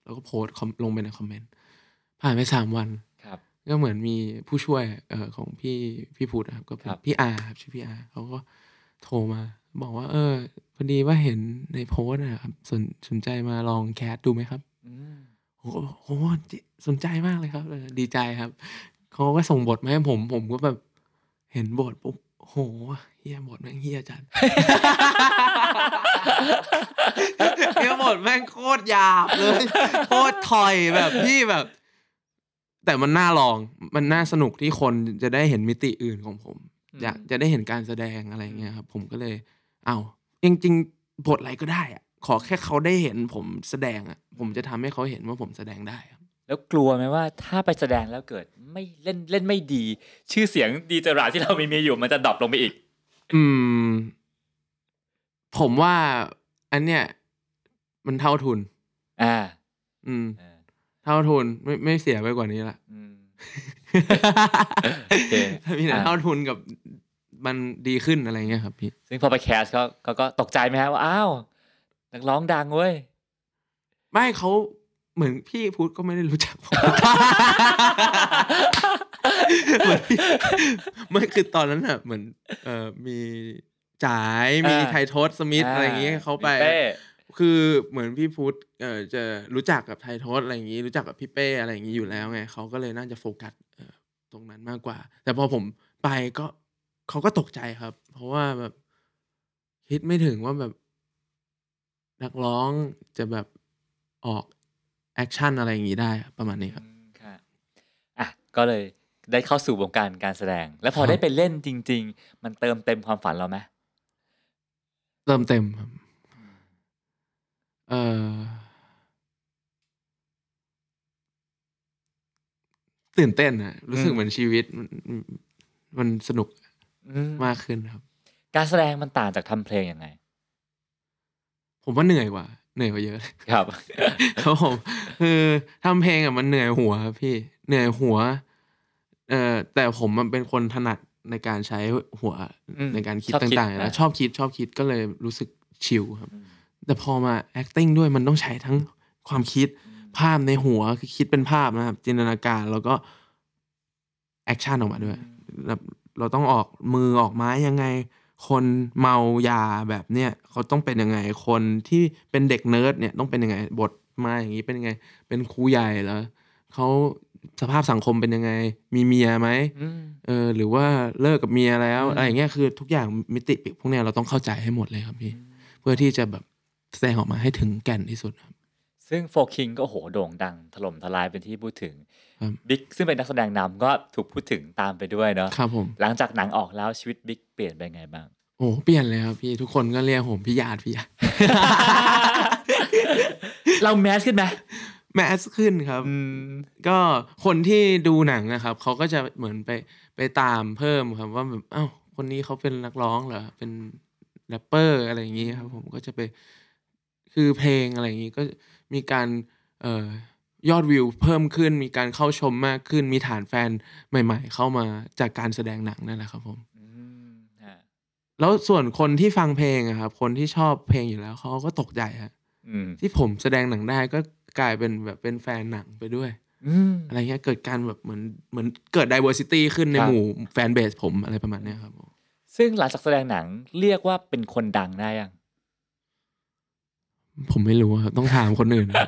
S1: แล้วก็โพสต์คอมลงไปในคอมเมนต์ ผ่านไปสามวัน
S3: ครับ
S1: ก็เหมือนมีผู้ช่วยเอ่อของพี่พี่พุทธนะครับก็เป็น
S3: ครับ
S1: พี่อาครับชื่อพี่อาเขาก็โทรมา บอกว่า เออพอดีว่าเห็นในโพสต์นะครับสนสนใจมาลองแคสดูไหมครับ
S3: อืม
S1: ผมก็บอกโอ้โหสนใจมากเลยครับเออดีใจครับเขาก็ส่งบทมาให้ผม ผมก็แบบเห็นบทปุ๊บโอ้โหเฮียบทแม่งเฮียจัด เฮียบทแม่งโคตรหยาบเลย โคตรถอยแบบพี่แบบ แต่มันน่าลอง มันน่าสนุกที่คนจะได้เห็นมิติอื่นของผม อยากจะได้เห็นการแสดงอะไรอย่างเงี้ยครับ ผมก็เลย เอาจริงๆบทอะไรก็ได้อะขอแค่เขาได้เห็นผมแสดงอะผมจะทำให้เขาเห็นว่าผมแสดงได้ครับ
S3: แล้วกลัวไหมว่าถ้าไปแสดงแล้วเกิดไม่เล่นเล่นไม่ดี ชื่อเสียงดีเจอหลาดที่เรามีมีอยู่มันจะดรอปลงไปอีก
S1: อืม ผมว่า อันเนี้ยมันเท่าทุน
S3: อ่า
S1: อืม
S3: อ่า
S1: เท่าทุนไม่ไม่เสียไปกว่านี้ละ
S3: อืม
S1: โอ
S3: เค
S1: มีแต่
S3: อ่ะ
S1: เท่าทุนกับมันดีขึ้นอะไรเงี้ยครับพี่
S3: ซึ่งพอไปแคสเขาเขาก็ตกใจไหมฮะว่าอ้าวนักร้องดังเว้ย
S1: ไม่เขาเหมือนพี่พุทธก็ไม่ได้รู้จักผม เหมือน พี่ไม่คือตอนนั้นอ่ะ เหมือน เอ่อมีจ่ายมี
S3: อ่า
S1: ไททอสสมิธอะไรอย่างเงี้ยเขาไป
S3: เป้
S1: คือเหมือนพี่พุทธเอ่อจะรู้จักกับไททอสอะไรอย่างงี้ รู้จักกับพี่เป้อะไรอย่างงี้อยู่แล้วไงเขาก็เลยน่าจะโฟกัสเอ่อตรงนั้นมากกว่า แต่พอผมไปก็เขาก็ตกใจครับ เพราะว่าแบบคิดไม่ถึงว่าแบบ นักร้องจะแบบออกแอคชั่นอะไรอย่างงี้ได้ครับประมาณนี้ครับ
S3: อืมค่ะอ่ะก็เลยได้เข้าสู่วงการการแสดง แล้วพอ
S1: ครับ
S3: ได้ไปเล่นจริง ๆ มันเติมเต็มความฝันเราไหม
S1: เติมเต็มครับเออตื่นเต้นอะรู้สึกเหมือนชีวิตมันมันสนุก
S3: อืม
S1: มากขึ้นครับ
S3: การแสดงมันต่างจากทำเพลงยังไง
S1: ผมว่าเหนื่อยกว่า เหนื่อยกว่าเยอะเลย
S3: ครับ
S1: ครับผมคือทำเพลงอะมันเหนื่อยหัวครับพี่เหนื่อยหัว เอ่อแต่ผมมันเป็นคนถนัดในการใช้หัว
S3: อืม
S1: ในการคิด
S3: ชอบคิด
S1: ต่างๆนะ
S3: อ่ะ
S1: ชอบคิดชอบคิดก็เลยรู้สึกชิลครับ
S3: อืม
S1: แต่พอมา acting ด้วยมันต้องใช้ทั้งความคิด ภาพในหัวคือคิดเป็นภาพนะครับ จินตนาการแล้วก็แอคชั่นออกมาด้วยแบบเราต้องออกมือออกไม้ยังไง คนเมายาแบบเนี้ยเขาต้องเป็นยังไง คนที่เป็นเด็กเนิร์ดเนี่ยต้องเป็นยังไงบทมาอย่างนี้เป็นยังไง เป็นครูใหญ่แล้วเขาสภาพสังคมเป็นยังไง มีเมียไหม
S3: อืม
S1: เออหรือว่าเลิกกับเมียแล้ว
S3: อืม
S1: อะไรอย่างเงี้ยคือทุกอย่างมิติพวกเนี้ยเราต้องเข้าใจให้หมดเลยครับพี่ เพื่อที่จะแบบแสดงออกมาให้ถึงแก่นที่สุดครับ
S3: ซึ่งโฟคิงก็โอ้โหโด่งดัง ถล่มทลายเป็นที่พูดถึง
S1: ครับ
S3: บิ๊กซึ่งเป็นนักแสดงนำก็ถูกพูดถึงตามไปด้วยเนาะ
S1: ครับผม
S3: หลังจากหนังออกแล้วชีวิตบิ๊กเปลี่ยนไปไง บ้าง
S1: โอ้เปลี่ยนเลยครับพี่ทุกคนก็เรียกผมพี่หยาดพี่หยาด
S3: เราแมสขึ้นไหม
S1: แมสขึ้นครับ
S3: อืม
S1: ก็คนที่ดูหนังนะครับเขาก็จะเหมือนไปไปตามเพิ่มครับ ว่าแบบอ้าวคนนี้เขาเป็นนักร้องเหรอเป็นแรปเปอร์อะไรอย่างนี้ครับ ผมก็จะไปคือเพลงอะไรอย่างนี้ก็มีการเอ่อยอดวิวเพิ่มขึ้น มีการเข้าชมมากขึ้น มีฐานแฟนใหม่ ๆ เข้ามาจากการแสดงหนังนั่นแหละครับผม
S3: อืมฮะ
S1: แล้วส่วนคนที่ฟังเพลงอะครับคนที่ชอบเพลงอยู่แล้วเขาก็ตกใจฮะ
S3: อืม
S1: ที่ผมแสดงหนังได้ก็กลายเป็นแบบเป็นแฟนหนังไปด้วย
S3: อืม
S1: อะไรเงี้ยเกิดการแบบเหมือนเหมือนเกิด diversity ขึ้นใน
S3: ครับ
S1: หมู่แฟนเบสผมอะไรประมาณเนี้ยครับผม
S3: ซึ่งหลังจากแสดงหนังเรียกว่าเป็นคนดังได้ยัง
S1: ผมไม่รู้ครับ ต้องถามคนอื่นนะ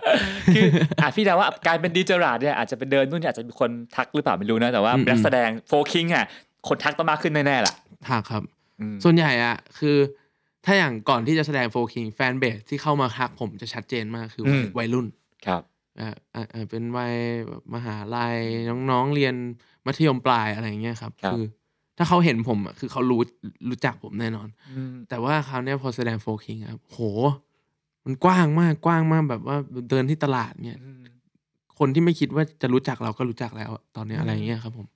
S3: คืออ่ะพี่เดาว่าการเป็นดีเจอราร์ดเนี่ยอาจจะเป็นเดินนู่นเนี่ยอาจจะมีคนทักหรือเปล่าไม่รู้นะ แต่ว่า
S1: อืม
S3: นักแสดงโฟคิงอ่ะคนทักต้องมากขึ้นแน่ๆล่ะ
S1: ถามครับ
S3: อืม
S1: ส่วนใหญ่อะคือ ถ้าอย่างก่อนที่จะแสดงโฟคิงแฟนเบสที่เข้ามาทักผมจะชัดเจนมากคือวัยวัยรุ่น
S3: ครับ
S1: อ่าอ่าอ่าเป็นวัยแบบมหาลัยน้องๆเรียนมัธยมปลายอะไรเงี้ยครับ
S3: ครับ
S1: อถ้าเขาเห็นผมอะคือเขารู้รู้จักผมแน่นอน
S3: อืม
S1: แต่ว่าคราวเนี้ยพอแสดงโฟคิงครับโห มันกว้างมากกว้างมากแบบว่าเดินที่ตลาดเนี่ย
S3: อืม
S1: คนที่ไม่คิดว่าจะรู้จักเราก็รู้จักแล้วตอนเนี้ยอะไรอย่างเงี้ยครับผม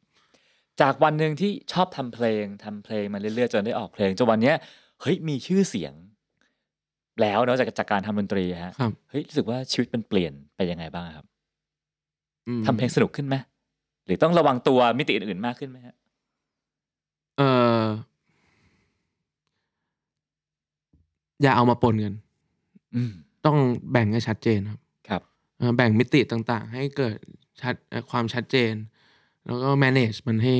S3: จากวันหนึ่งที่ชอบทำเพลงทำเพลงมาเรื่อยๆจนได้ออกเพลงจนวันเนี้ยเฮ้ยมีชื่อเสียง แล้วเนาะจากจากการทำดนตรีอะฮะ
S1: ครับ
S3: เฮ้ยรู้สึกว่าชีวิตมันเปลี่ยนไปยังไงบ้างครับ
S1: อืม
S3: ทำเพลงสนุกขึ้นไหมหรือต้องระวังตัวมิติอื่นๆมากขึ้นไหมฮะ
S1: เอออย่าเอามาปนกัน
S3: อืม
S1: ต้องแบ่งให้ชัดเจนครับ
S3: ครับ
S1: เอ่อแบ่งมิติต่างๆ ให้เกิดชัดเอ่อความชัดเจน แล้วก็ manage มันให้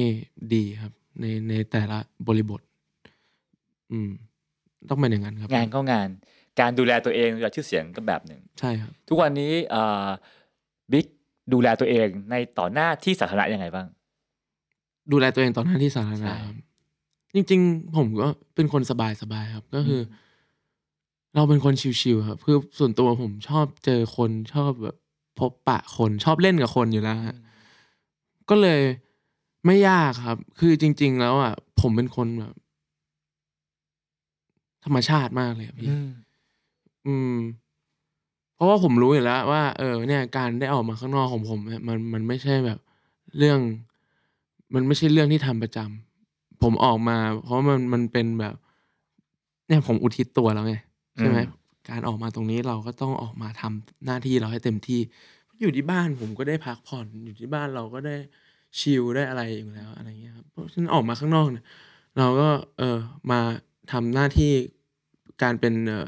S1: ดีครับ ในในแต่ละบริบท อืม ต้องเป็นอย่างนั้นครับ
S3: งานก็งานการดูแลตัวเองดูแลชื่อเสียงก็แบบหนึ่ง
S1: ใช่ครับ
S3: ทุกวันนี้เอ่อบิ๊กดูแลตัวเองในต่อหน้าที่สาธารณะยังไงบ้าง
S1: ดูแลตัวเองต่อหน้าที่สาธารณะ
S3: ใช่
S1: ครับจริง ๆ ผมก็เป็นคนสบายสบายครับ ก็คืออเราเป็นคนชิวๆครับคือส่วนตัวผมชอบเจอคนชอบแบบพบปะคนชอบเล่นกับคนอยู่แล้วฮะ
S3: อืม
S1: ก็เลยไม่ยากครับ คือจริง ๆ แล้วอ่ะผมเป็นคนแบบ ธรรมชาติมากเลยอะพี่ อืม เพราะว่าผมรู้อยู่แล้วว่า เออ เนี่ย การได้ออกมาข้างนอกของผมเนี่ยมันมันไม่ใช่แบบเรื่อง มันไม่ใช่เรื่องที่ทำประจำผมออกมา เพราะมันมันเป็นแบบ เนี่ยผมอุทิศตัวแล้วไงใช่ไหม
S3: อืม
S1: การออกมาตรงนี้เราก็ต้องออกมาทำหน้าที่เราให้เต็มที่ อยู่ที่บ้านผมก็ได้พักผ่อนอยู่ที่บ้านเราก็ได้ชิลได้อะไรอยู่แล้วอะไรเงี้ยครับเพราะฉะนั้นออกมาข้างนอกเนี่ยเราก็ เออมาทำหน้าที่การเป็นเออ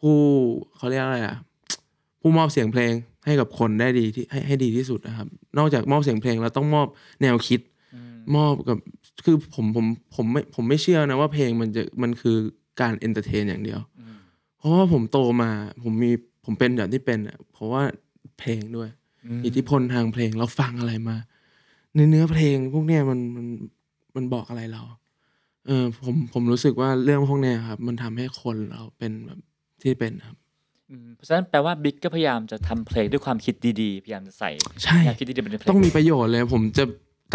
S1: ผู้เขาเรียกอะไรอ่ะ ผู้มอบเสียงเพลงให้กับคนได้ดีที่ให้ให้ดีที่สุดนะครับ นอกจากมอบเสียงเพลงเราต้องมอบแนวคิด มอบกับคือผมผมผมไม่ผมไม่เชื่อนะว่าเพลงมันจะมันคือการเอนเตอร์เทนอย่างเดียว
S3: อืม
S1: เพราะว่าผมโตมาผมมีผมเป็นแบบที่เป็นอะเพราะว่าเพลงด้วย อิทธิพลทางเพลงเราฟังอะไรมาในเนื้อเพลงพวกเนี้ยมันมันมันบอกอะไรเรา เออผมผมรู้สึกว่าเรื่องพวกเนี้ยครับ มันทำให้คนเราเป็นแบบที่เป็นครับ
S3: อืมเพราะฉะนั้นแปลว่าบิ๊กก็พยายามจะทำเพลงด้วยความคิดดีๆ พยายามจะใส่
S1: ใช่
S3: แนวคิดดีๆเป็นเพลง
S1: ต้องมีประโยชน์เลย ผมจะ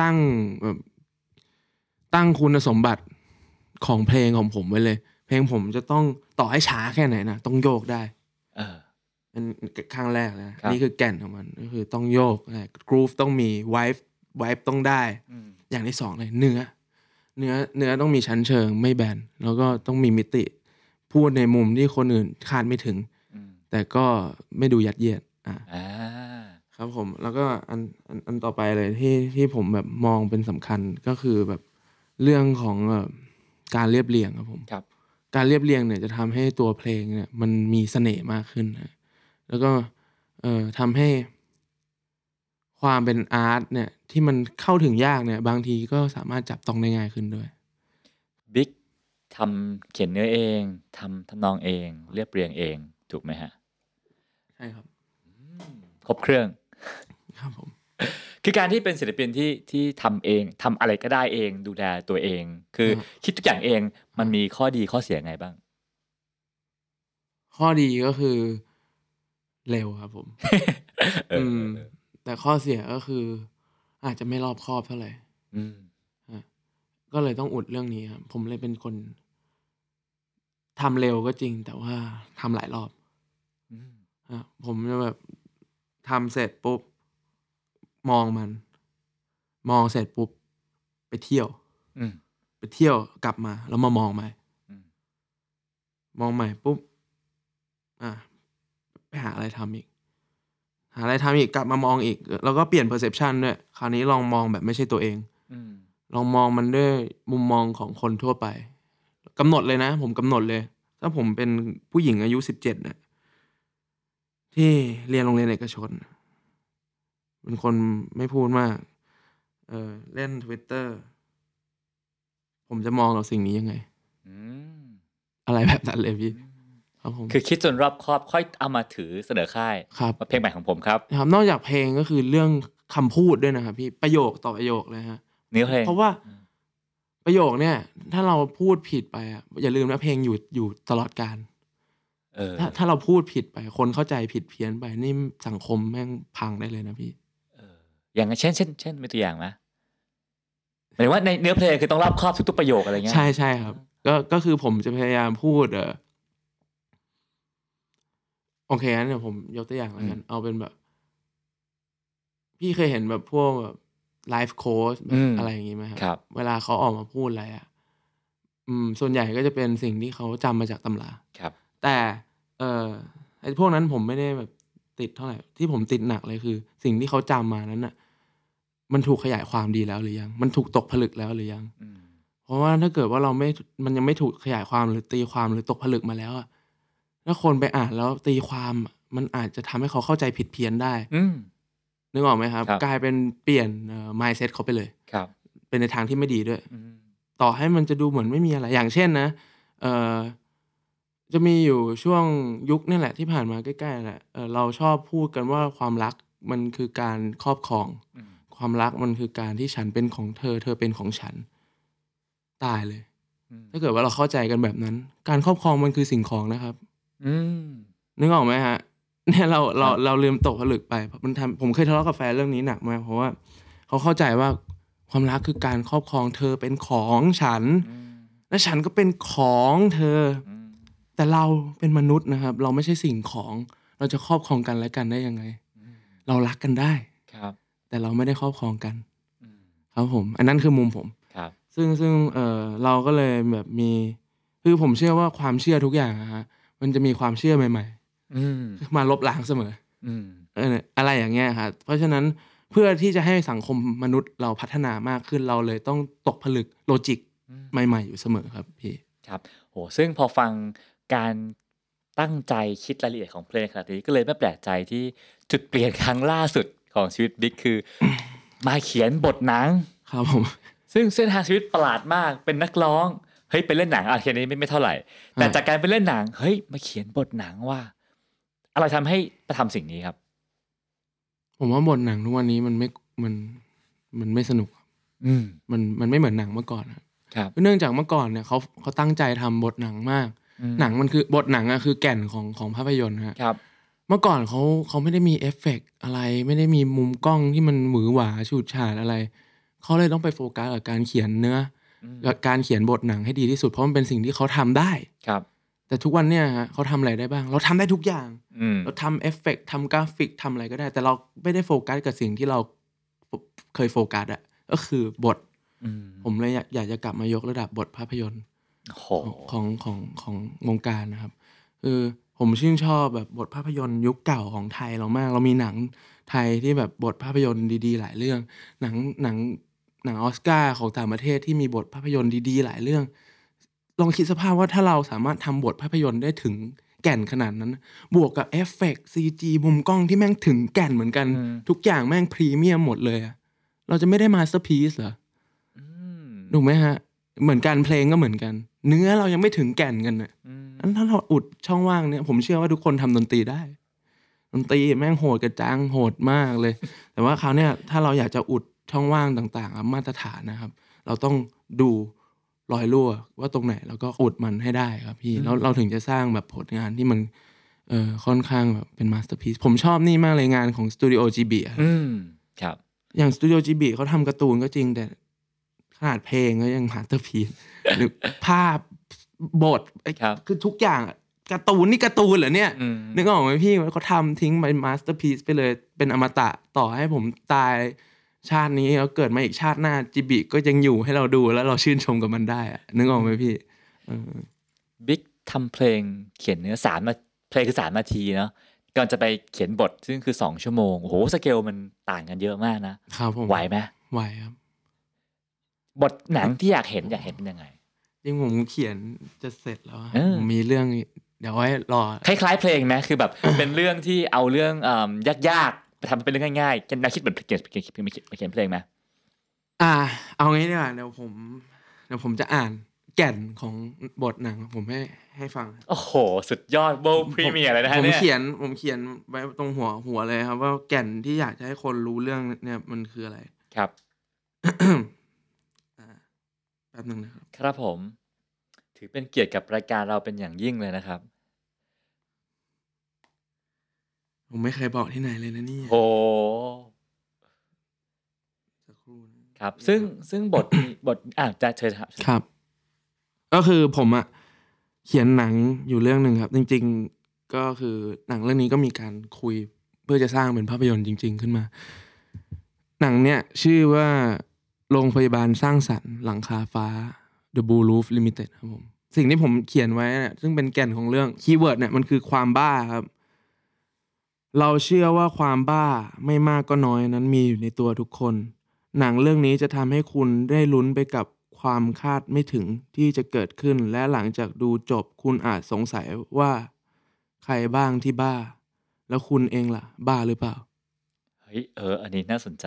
S1: ตั้งแบบตั้งคุณสมบัติของเพลงของผมไว้เลย เพลงผมจะต้องต่อให้ช้าแค่ไหนนะต้องโยกได้
S3: เออ
S1: อันข้างแรกเลยนะครับ นี่คือแก่นของมันก็คือต้องโยกกรูฟต้องมีไวฟ์ไวฟ์ต้องได้
S3: อืม
S1: อย่างที่สองเลยเนื้อ เนื้อเนื้อต้องมีชั้นเชิงไม่แบน แล้วก็ต้องมีมิติ พูดในมุมที่คนอื่นคาดไม่ถึง
S3: อืม
S1: แต่ก็ไม่ดูยัดเยียดอ่ะ
S3: อ่า
S1: ครับผมแล้วก็อันอันอันต่อไปเลยที่ที่ผมแบบมองเป็นสำคัญก็คือแบบเรื่องของเอ่อการเรียบเรียงครับผม
S3: ครับ
S1: การเรียบเรียงเนี่ยจะทำให้ตัวเพลงเนี่ยมันมีเสน่ห์มากขึ้นนะแล้วก็ เอ่อทำให้ ความเป็นอาร์ตเนี่ย ที่มันเข้าถึงยากเนี่ย บางทีก็สามารถจับต้องได้ง่ายขึ้นด้วย
S3: บิ๊กทำเขียนเนื้อเองทำทำนองเอง เรียบเรียงเอง ถูกไหมฮะ
S1: ใช่ครับ
S3: ครบเครื่อง
S1: ครับผม
S3: คือการที่เป็นศิลปินที่ที่ทำเองทำอะไรก็ได้เอง ดูแลตัวเอง คืออ
S1: ม
S3: คิดทุกอย่างเองมันมีข้อดีข้อเสียไงบ้าง
S1: ข้อดีก็คือเร็วครับผม
S3: เออ
S1: ม
S3: เออ
S1: แต่ข้อเสียก็คือ อาจจะไม่รอบคอบเท่าไหร่
S3: อืม
S1: ก็เลยต้องอุดเรื่องนี้ครับ ผมเลยเป็นคนทำเร็วก็จริง แต่ว่าทำหลายรอบ
S3: อืม
S1: อ่ะผมจะแบบทำเสร็จปุ๊บ มองมัน มองเสร็จปุ๊บ ไปเที่ยว
S3: อืม
S1: ไปเที่ยวกลับมา แล้วมามองใหม่
S3: อืม
S1: มองใหม่ปุ๊บ อ่ะไปหาอะไรทำอีก หาอะไรทำอีกกลับมามองอีก แล้วก็เปลี่ยน perception ด้วย คราวนี้ลองมองแบบไม่ใช่ตัวเอง
S3: อืม
S1: ลองมองมันด้วยมุมมองของคนทั่วไปกำหนดเลยนะ ผมกำหนดเลย ถ้าผมเป็นผู้หญิงอายุสิบเจ็ดเนี่ยที่เรียนโรงเรียนเอกชน เป็นคนไม่พูดมาก เออเล่นทวิตเตอร์ผมจะมองกับสิ่งนี้ยังไง
S3: อืม
S1: อะไรแบบนั้นเลยพี่ครับผม
S3: คือคิดจนรอบคอบค่อยเอามาถือเสนอค่าย
S1: ครับ
S3: ว่าเพลงใหม่ของผมครับ
S1: ครับ นอกจากเพลงก็คือเรื่องคำพูดด้วยนะครับพี่ประโยคต่อประโยคเลยฮะ
S3: เนื้อเพลง
S1: เพราะว่า
S3: อืม
S1: ประโยคเนี่ย ถ้าเราพูดผิดไปอะอย่าลืมนะเพลงอยู่อยู่ตลอดการ
S3: เออ
S1: ถ้าถ้าเราพูดผิดไป คนเข้าใจผิดเพี้ยนไปนี่สังคมแม่งพังได้เลยนะพี่
S3: เอออย่างเช่นเช่นเช่นมีตัวอย่างไหมหมายถึงว่าในเนื้อเพลงคือต้องรอบคอบทุกๆประโยคอะไรเงี้ย
S1: ใช่ใช่ครับ ก็ก็คือผมจะพยายามพูด เออโอเคงั้นเดี๋ยวผมยกตัวอย่างแล้วกัน เอาเป็นแบบ พี่เคยเห็นแบบพวกแบบไลฟ์โค้ชแบบอะไรอย่างงี้ไหมครับ
S3: ครับ
S1: เวลาเขาออกมาพูดอะไรอ่ะ อืม ส่วนใหญ่ก็จะเป็นสิ่งที่เขาจำมาจากตำรา
S3: ครับ
S1: แต่เออไอ้พวกนั้นผมไม่ได้แบบติดเท่าไหร่ ที่ผมติดหนักเลยคือ สิ่งที่เขาจำมานั้นน่ะ มันถูกขยายความดีแล้วหรือยัง มันถูกตกผลึกแล้วหรือยัง
S3: อืม
S1: เพราะว่าถ้าเกิดว่าเราไม่ มันยังไม่ถูกขยายความหรือตีความหรือตกผลึกมาแล้วอะถ้าคนไปอ่านแล้วตีความอะมันอาจจะทำให้เขาเข้าใจผิดเพี้ยนได้
S3: อืม
S1: นึกออกไหมครับ
S3: ครับ
S1: กลายเป็นเปลี่ยนเอ่อ mindset เขาไปเลย
S3: ครับ
S1: เป็นในทางที่ไม่ดีด้วย
S3: อืม
S1: ต่อให้มันจะดูเหมือนไม่มีอะไร อย่างเช่นนะ เออจะมีอยู่ช่วงยุคนี่แหละที่ผ่านมาใกล้ๆแหละเออเราชอบพูดกันว่าความรักมันคือการครอบครอง
S3: อืม
S1: ความรักมันคือการที่ฉันเป็นของเธอ เธอเป็นของฉัน ตายเลย
S3: อืม
S1: ถ้าเกิดว่าเราเข้าใจกันแบบนั้น การครอบครองมันคือสิ่งของนะครับ
S3: อืม
S1: นึกออกไหมฮะ เนี่ยเราเรา
S3: ครับ
S1: เราลืมตกผลึกไปมันทำผมเคยทะเลาะกับแฟนเรื่องนี้หนักมากเพราะว่าเขาเข้าใจว่าความรักคือการครอบครองเธอเป็นของฉัน
S3: อืม
S1: และฉันก็เป็นของเธอ
S3: อืม
S1: แต่เราเป็นมนุษย์นะครับ เราไม่ใช่สิ่งของ เราจะครอบครองกันและกันได้ยังไง
S3: อืม
S1: เรารักกันได้
S3: ครับ
S1: แต่เราไม่ได้ครอบครองกัน
S3: อืม
S1: ครับผม อันนั้นคือมุมผม
S3: ครับ
S1: ซึ่งซึ่งเออเราก็เลยแบบมี คือผมเชื่อว่าความเชื่อทุกอย่างอะฮะมันจะมีความเชื่อใหม่
S3: อืม
S1: ๆ มาลบล้างเสมอ
S3: อืม
S1: เอออะไรอย่างเงี้ยครับเพราะฉะนั้นเพื่อที่จะให้สังคมมนุษย์เราพัฒนามากขึ้นเราเลยต้องตกผลึกโลจิก
S3: อืม
S1: ใหม่ ๆ อยู่เสมอครับพี่
S3: ครับโหซึ่งพอฟังการตั้งใจคิดรายละเอียดของเพลงขนาดนี้ก็เลยไม่แปลกใจที่จุดเปลี่ยนครั้งล่าสุดของชีวิตบิ๊กคือ มาเขียนบทหนัง
S1: ครับผม
S3: ซึ่งเส้นทางชีวิตประหลาดมากเป็นนักร้องเฮ้ยไปเล่นหนังอ่ะแค่นี้ไม่ไม่เท่าไหร่ แต่
S1: อ่า
S3: จากการไปเล่นหนังเฮ้ยมาเขียนบทหนังว่า อะไรทำให้มาทำสิ่งนี้ครับ
S1: ผมว่าบทหนังทุกวันนี้มันไม่ มัน มันไม่สนุก
S3: อืม
S1: มัน มันไม่เหมือนหนังเมื่อก่อนอะ
S3: ครับ
S1: เนื่องจากเมื่อก่อนเนี่ยเขาเขาตั้งใจทำบทหนังมาก
S3: อืม
S1: หนังมันคือบทหนังอะคือแก่นของของภาพยนตร์ฮะ
S3: ครับ
S1: เมื่อก่อนเขาเขาไม่ได้มีเอฟเฟกต์อะไร ไม่ได้มีมุมกล้องที่มันหวือหวาฉูดฉาดอะไร เขาเลยต้องไปโฟกัสกับการเขียนเนื้อ
S3: อืม
S1: กับการเขียนบทหนังให้ดีที่สุดเพราะมันเป็นสิ่งที่เขาทำได้
S3: ครับ
S1: แต่ทุกวันเนี่ยฮะเขาทำอะไรได้บ้าง เราทำได้ทุกอย่าง
S3: อืม
S1: เราทำเอฟเฟกต์ทำกราฟิกทำอะไรก็ได้ แต่เราไม่ได้โฟกัสกับสิ่งที่เราเคยโฟกัสอะก็คือบท
S3: อืม
S1: ผมเลยอยากอยากจะกลับมายกระดับบทภาพยนตร์
S3: โห
S1: ของของของวงการนะครับคือผมชื่นชอบแบบบทภาพยนตร์ยุคเก่าของไทยเรามาก เรามีหนังไทยที่แบบบทภาพยนตร์ดีๆ หลายเรื่อง หนังหนังหนังออสการ์ของต่างประเทศที่มีบทภาพยนตร์ดีๆ หลายเรื่อง ลองคิดสภาพว่าถ้าเราสามารถทำบทภาพยนตร์ได้ถึง แก่นขนาดนั้น บวกกับเอฟเฟกต์ซีจีมุมกล้องที่แม่งถึงแก่นเหมือนกัน
S3: อืม
S1: ทุกอย่างแม่งพรีเมียมหมดเลยอะเราจะไม่ได้มาสเตอร์พีซเหรอ
S3: อืม
S1: ถูกไหมฮะ เหมือนการเพลงก็เหมือนกัน เนื้อเรายังไม่ถึงแก่นกันน่ะ
S3: อืม
S1: อันถ้าเราอุดช่องว่างเนี่ย ผมเชื่อว่าทุกคนทำดนตรีได้ ดนตรีแม่งโหดกระจังโหดมากเลย แต่ว่าคราวเนี่ยถ้าเราอยากจะอุดช่องว่างต่างๆอ่ะมาตรฐานนะครับ เราต้องดูรอยรั่วว่าตรงไหนแล้วก็อุดมันให้ได้ครับพี่แล้วเราถึงจะสร้างแบบผลงานที่มันเออค่อนข้างแบบเป็นมาสเตอร์พี e ผมชอบนี่มากเลยงานของสตูดิโอจีบี
S3: อืมครับ
S1: อย่างสตูดิโอจีบีเขาทำการ์ตูนก็จริงแต่ขนาดเพลงก็ยังมาสเตอร์พี e หรือภาพบทไอ้
S3: ครับ
S1: คือทุกอย่างอะการ์ตูนนี่การ์ตูนเหรอเนี่ย
S3: อืม
S1: นึกออกไหมพี่เขาทำทิ้งไปมาสเตอร์พี e ไปเลยเป็นอมตะต่อให้ผมตายชาตินี้แล้วเกิดมาอีกชาติหน้าจีบีก็ยังอยู่ให้เราดูแล้วเราชื่นชมกับมันได้อะนึกออกไหมพี่เออ
S3: บิ๊กทำเพลงเขียนเนื้อสามนาเพลงคือสามนาทีเนาะก่อนจะไปเขียนบทซึ่งคือสองชั่วโมงโอ้โหสเกลมันต่างกันเยอะมากนะครับ
S1: ผม
S3: ไหวไหม
S1: ไหวครับ
S3: บทหนังที่อยากเห็นอยากเห็นเป็นยังไง
S1: จริงผมเขียนจะเสร็จแล้วอะ
S3: เออ
S1: ผมมีเรื่องเดี๋ยวไว้รอ
S3: คล้ายๆเพลงไหมคือแบบ เป็นเรื่องที่เอาเรื่องอ่ำยากๆไปทำเป็นเรื่องง่ายๆเช่นแนวคิดเหมือนเขียนเขียนเขียนเขียนเพลงไหม
S1: อ่า เอางี้ดีกว่าเดี๋ยวผมเดี๋ยวผมจะอ่านแก่นของบทหนัง ผมให้ให้ฟัง
S3: โอ้โห สุดยอดโบว์พรีเมียร์เลยนะ
S1: ผ
S3: ฮะ
S1: ม
S3: เนี่ย
S1: เขียนผมเขียนไว้ตรงหัวหัวเลยครับ ว่าแก่นที่อยากจะให้คนรู้เรื่องเนี่ยมันคืออะไร
S3: ครับ
S1: อ่าแป๊บหนึ่งนะครับ
S3: ครับผม ถือเป็นเกียรติกับรายการเราเป็นอย่างยิ่งเลยนะครับ
S1: ผมไม่เคยบอกที่ไหนเลยนะเนี่ย
S3: โอ้
S1: สักครู่นะครับ
S3: ซึ่งซึ่งบท บทอ่าจะเชิญครับเชิญ
S1: ครับ ก็คือผมอะเขียนหนังอยู่เรื่องหนึ่งครับ จริง ๆก็คือหนังเรื่องนี้ก็มีการคุยเพื่อจะสร้างเป็นภาพยนตร์จริง ๆ ขึ้นมา หนังเนี่ยชื่อว่าโรงพยาบาลสร้างสรรค์หลังคาฟ้า The Blue Roof Limited ครับผม สิ่งที่ผมเขียนไว้เนี่ยซึ่งเป็นแก่นของเรื่องคีย์เวิร์ดเนี่ยมันคือความบ้าครับ เราเชื่อว่าความบ้าไม่มากก็น้อยนั้นมีอยู่ในตัวทุกคน หนังเรื่องนี้จะทำให้คุณได้ลุ้นไปกับความคาดไม่ถึงที่จะเกิดขึ้น และหลังจากดูจบคุณอาจสงสัยว่า ใครบ้างที่บ้า แล้วคุณเองล่ะ บ้าหรือเปล่า
S3: เฮ้ยเออ อันนี้น่าสนใจ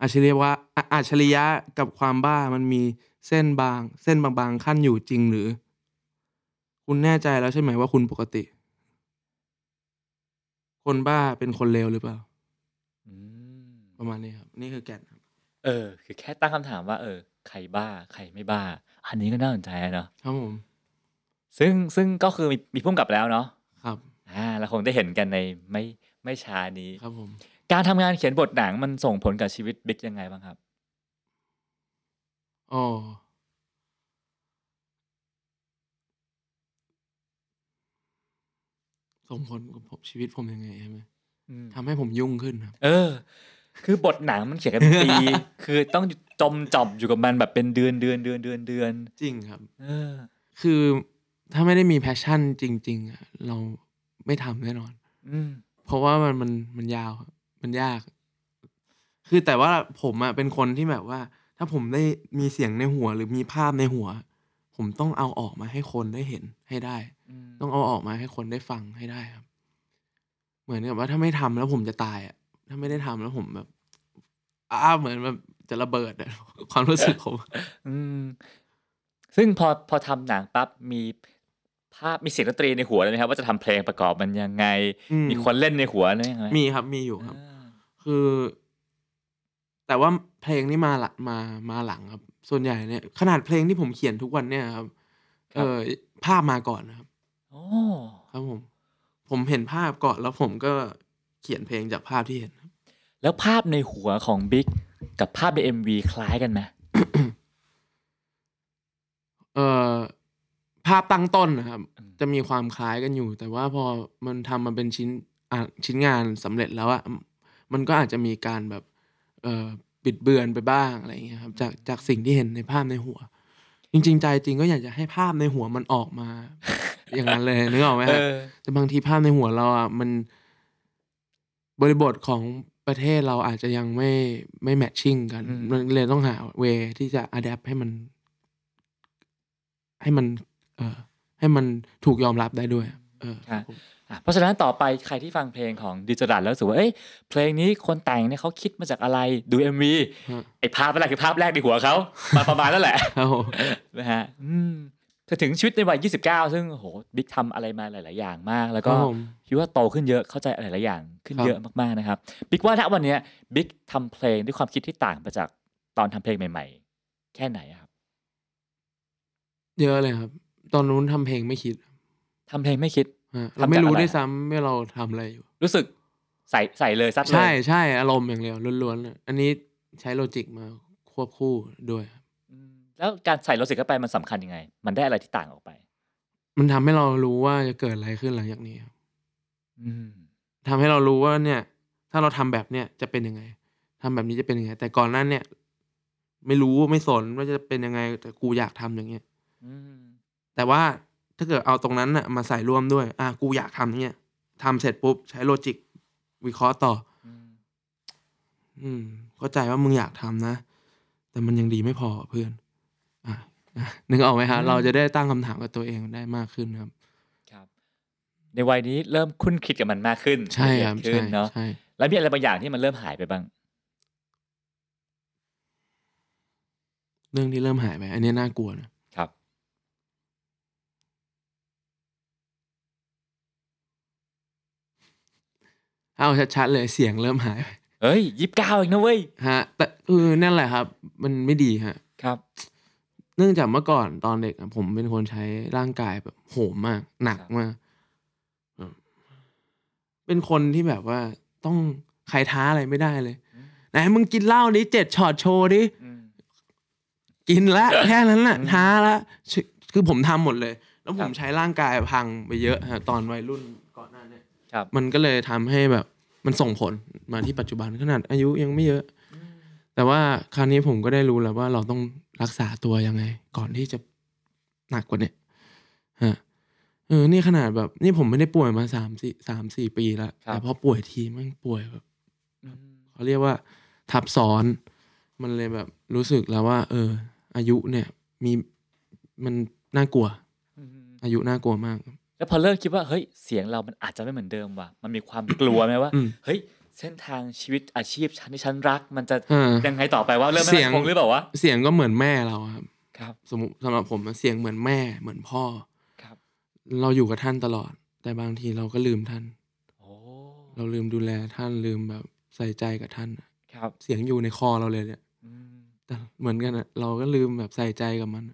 S1: อัจฉริยะอ่ะอัจฉริยะกับความบ้ามันมีเส้นบาง เส้นบางๆขั้นอยู่จริงหรือ คุณแน่ใจแล้วใช่ไหมว่าคุณปกติ คนบ้าเป็นคนเลวหรือเปล่า
S3: อืม
S1: ประมาณนี้ครับ นี่คือแก่นครับ
S3: เออ คือแค่ตั้งคำถามว่า เออ ใครบ้า ใครไม่บ้า อันนี้ก็น่าสนใจนะเนาะ
S1: ครับผม
S3: ซึ่งซึ่งก็คือมีมีพุ่มกลับแล้วเนาะ
S1: ครับ
S3: อ่าเราคงได้เห็นกันในไม่ไม่ช้านี้
S1: ครับผม
S3: การทำงานเขียนบทหนังมันส่งผลกับชีวิตบิ๊กยังไงบ้างครับ
S1: อ๋อ ส่งผลกับผมชีวิตผมยังไงใช่ไหมทำให้ผมยุ่งขึ้นครับ
S3: เออ คือบทหนังมันเขียนกันปี คือต้องจมจอบอยู่กับมันแบบเป็นเดือนเดือนเดือนเดือนเดือน
S1: จริงครับ
S3: เออ
S1: คือถ้าไม่ได้มีแพชชั่นจริง ๆอะเราไม่ทำแน่นอน
S3: อืม
S1: เพราะว่ามันมันมันยาวครับมันยาก คือแต่ว่าผมอะเป็นคนที่แบบว่า ถ้าผมได้มีเสียงในหัว หรือมีภาพในหัว ผมต้องเอาออกมาให้คนได้เห็นให้ได้ ต้องเอาออกมาให้คนได้ฟังให้ได้ครับ เหมือนกับว่าถ้าไม่ทำแล้วผมจะตายอ่ะ ถ้าไม่ได้ทำแล้วผมแบบอ้าเหมือนแบบจะระเบิดอะ ความรู้สึกผม
S3: อืม ซึ่งพอพอทำหนังปั๊บมีภาพมีเสียงดนตรีในหัวเลยไหมครับ ว่าจะทำเพลงประกอบมันยังไง
S1: อืม
S3: มีคนเล่นในหัวนะยังไง
S1: มีครับมีอยู่ครับ
S3: อ่า
S1: คือ แต่ว่าเพลงนี่มาหละมามาหลังครับ ส่วนใหญ่เนี่ย ขนาดเพลงที่ผมเขียนทุกวันเนี่ยครับ เออภาพมาก่อนนะครับ
S3: โอ้
S1: ครับผม ผมเห็นภาพก่อนแล้วผมก็เขียนเพลงจากภาพที่เห็นครับ
S3: แล้วภาพในหัวของบิ๊กกับภาพใน MV คล้ายกันไหม
S1: เออภาพตั้งต้นนะครับ จะมีความคล้ายกันอยู่ แต่ว่าพอมันทำมาเป็นชิ้นอ่ะชิ้นงานสำเร็จแล้วอะมันก็อาจจะมีการแบบ เออปิดเบือนไปบ้างอะไรอย่างเงี้ยครับจากจากสิ่งที่เห็นในภาพในหัว จริง ๆ ใจจริงก็อยากจะให้ภาพในหัวมันออกมา อย่างนั้นเลยนึกออกไหม
S3: เอ
S1: ฮะ
S3: อ
S1: แต่บางทีภาพในหัวเราอะมันบริบทของประเทศเราอาจจะยังไม่ไม่แมทชิ่งกัน
S3: อืม
S1: มันเลยต้องหาเวที่จะอัดแอปให้มัน ให้มัน เออให้มันถูกยอมรับได้ด้วยอะ เออ
S3: ค่ะ
S1: ผม
S3: อ่ะเพราะฉะนั้นต่อไปใครที่ฟังเพลงของดิจิทัลแล้วรู้สึกว่าเอ้ยเพลงนี้คนแต่งเนี่ยเขาคิดมาจากอะไรดู MV
S1: ฮะ
S3: ไอ้ภาพแรกคือภาพแรกในหัวเขา มาประมาณนั่นแหละ
S1: ครับผม
S3: นะฮะอืมจะถึงชีวิตในวัย 29 ซึ่งโอ้โหบิ๊กทำอะไรมาหลาย ๆ อย่างมาก แล้ว
S1: ค
S3: ก็
S1: รับผม
S3: คิดว่าโตขึ้นเยอะเข้าใจอะไรหลายอย่างขึ้น
S1: ครับ
S3: เยอะมากๆนะครับบิ๊กว่าณวันเนี้ยบิ๊กทำเพลงด้วยความคิดที่ต่างไปจากตอนทำเพลงใหม่ ๆ แค่ไหนอะครับ
S1: เยอะเลยครับ ตอนนู้นทำเพลงไม่คิด
S3: ทำเพลงไม่คิด
S1: ฮะเราไม่รู้
S3: ทำจากอะไร
S1: ด้วยซ้ำว่าเราทำอะไรอยู่
S3: รู้สึกใส่ใส่เลยซัดเล
S1: ใช่
S3: ย
S1: ใช่อารมณ์อย่างเดียวล้วนๆเลยอันนี้ใช้โลจิกมาควบคู่ด้วยครับ
S3: อืมแล้วการใส่โลจิกเข้าไปมันสำคัญยังไง มันได้อะไรที่ต่างออกไป
S1: มันทำให้เรารู้ว่าจะเกิดอะไรขึ้นหลังจากนี้ครับ
S3: อืม
S1: ทำให้เรารู้ว่าเนี่ย ถ้าเราทำแบบเนี้ยจะเป็นยังไงทำแบบนี้จะเป็นยังไง แต่ก่อนหนั้นเนี่ย ไม่รู้ไม่สนว่าจะเป็นยังไง แต่กูอยากทำอย่างเงี้ย
S3: อืม
S1: แต่ว่าถ้าเกิดเอาตรงนั้นน่ะมาใส่ร่วมด้วย อ่ะกูอยากทำอย่างเงี้ยทำเสร็จปุ๊บใช้โลจิกวิเคราะห์ต่อ
S3: อืม
S1: อืมเข้าใจว่ามึงอยากทำนะ แต่มันยังดีไม่พอเพื่อน อ่ะอ่ะนึกออกไหมฮะ
S3: อืม
S1: เราจะได้ตั้งคำถามกับตัวเองได้มากขึ้นครับ
S3: ครับ ในวัยนี้เริ่มคุ้นคิดกับมันมากขึ้น
S1: ใช่ครับ
S3: ละเอีย
S1: ใช่
S3: ดขึ้นเนาะ
S1: ใช่
S3: แล้วมีอะไรบางอย่างที่มันเริ่มหายไปบ้าง
S1: เรื่องที่เริ่มหายไป อันนี้น่ากลัวนะครับ เอาชัดๆเลยเสียงเริ่มหายไป
S3: เอ้ยยี่สิบเก้าเองนะเว้ย
S1: ฮะ แต่คือนั่นแหละครับ มันไม่ดีฮะ
S3: ครับ
S1: เนื่องจากเมื่อก่อนตอนเด็กอะผมเป็นคนใช้ร่างกายแบบโหมมาก หนัก
S3: ครับ
S1: มากอืมเป็นคนที่แบบว่าต้องใครท้าอะไรไม่ได้เลยไหนมึงกินเหล้าดิเจ็ดช็อตโชว์ดิ
S3: อืม
S1: กินละ แค่นั้นแหละ
S3: อืม
S1: ท้าละชิคือผมทำหมดเลย แล้วผ
S3: ครั
S1: ม
S3: บ
S1: ใช้ร่างกายพังไปเยอะฮะตอนวัยรุ่นก่อนหน้าเนี้
S3: ครับ
S1: มันก็เลยทำให้แบบ มันส่งผลมาที่ปัจจุบันขนาดอายุยังไม่เยอะ แต่ว่าคราวนี้ผมก็ได้รู้แล้วว่าเราต้องรักษาตัวยังไง ก่อนที่จะหนักกว่าเนี้ยฮะเออนี่ขนาดแบบ นี่ผมไม่ได้ป่วยมาสามสี่สามสี่ปีแล้ว
S3: ครับ
S1: แต่พอป่วยทีแมันป่วยแบบ
S3: อืม
S1: เขาเรียกว่าทับซ้อนมันเลยแบบรู้สึกแล้วว่า เออ อายุเนี่ยมีมันน่ากลัว
S3: อืม
S1: อายุน่ากลัวมาก
S3: แล้วพอเริ่มคิดว่าเฮ้ยเสียงเรามันอาจจะไม่เหมือนเดิมว่ะมันมีความกลัวไหมว่า
S1: อืม
S3: เฮ้ยเส้นทางชีวิตอาชีพฉันที่ฉันรัก มันจะ
S1: เออ
S3: ยังไงต่อไปว่าเริ่มไม่
S1: เสียง
S3: มั่นคงหรือเปล่าวะ
S1: เสียงก็เหมือนแม่เราครับ
S3: ครับ
S1: สมมติสำหรับผมอะเสียงเหมือนแม่เหมือนพ่อ
S3: ครับ
S1: เราอยู่กับท่านตลอด แต่บางทีเราก็ลืมท่าน
S3: โอ้
S1: เราลืมดูแลท่านลืมแบบใส่ใจกับท่านอะ
S3: ครับ
S1: เสียงอยู่ในคอเราเลยเนี่ย
S3: อืม
S1: แต่เหมือนกันอะเราก็ลืมแบบใส่ใจกับมัน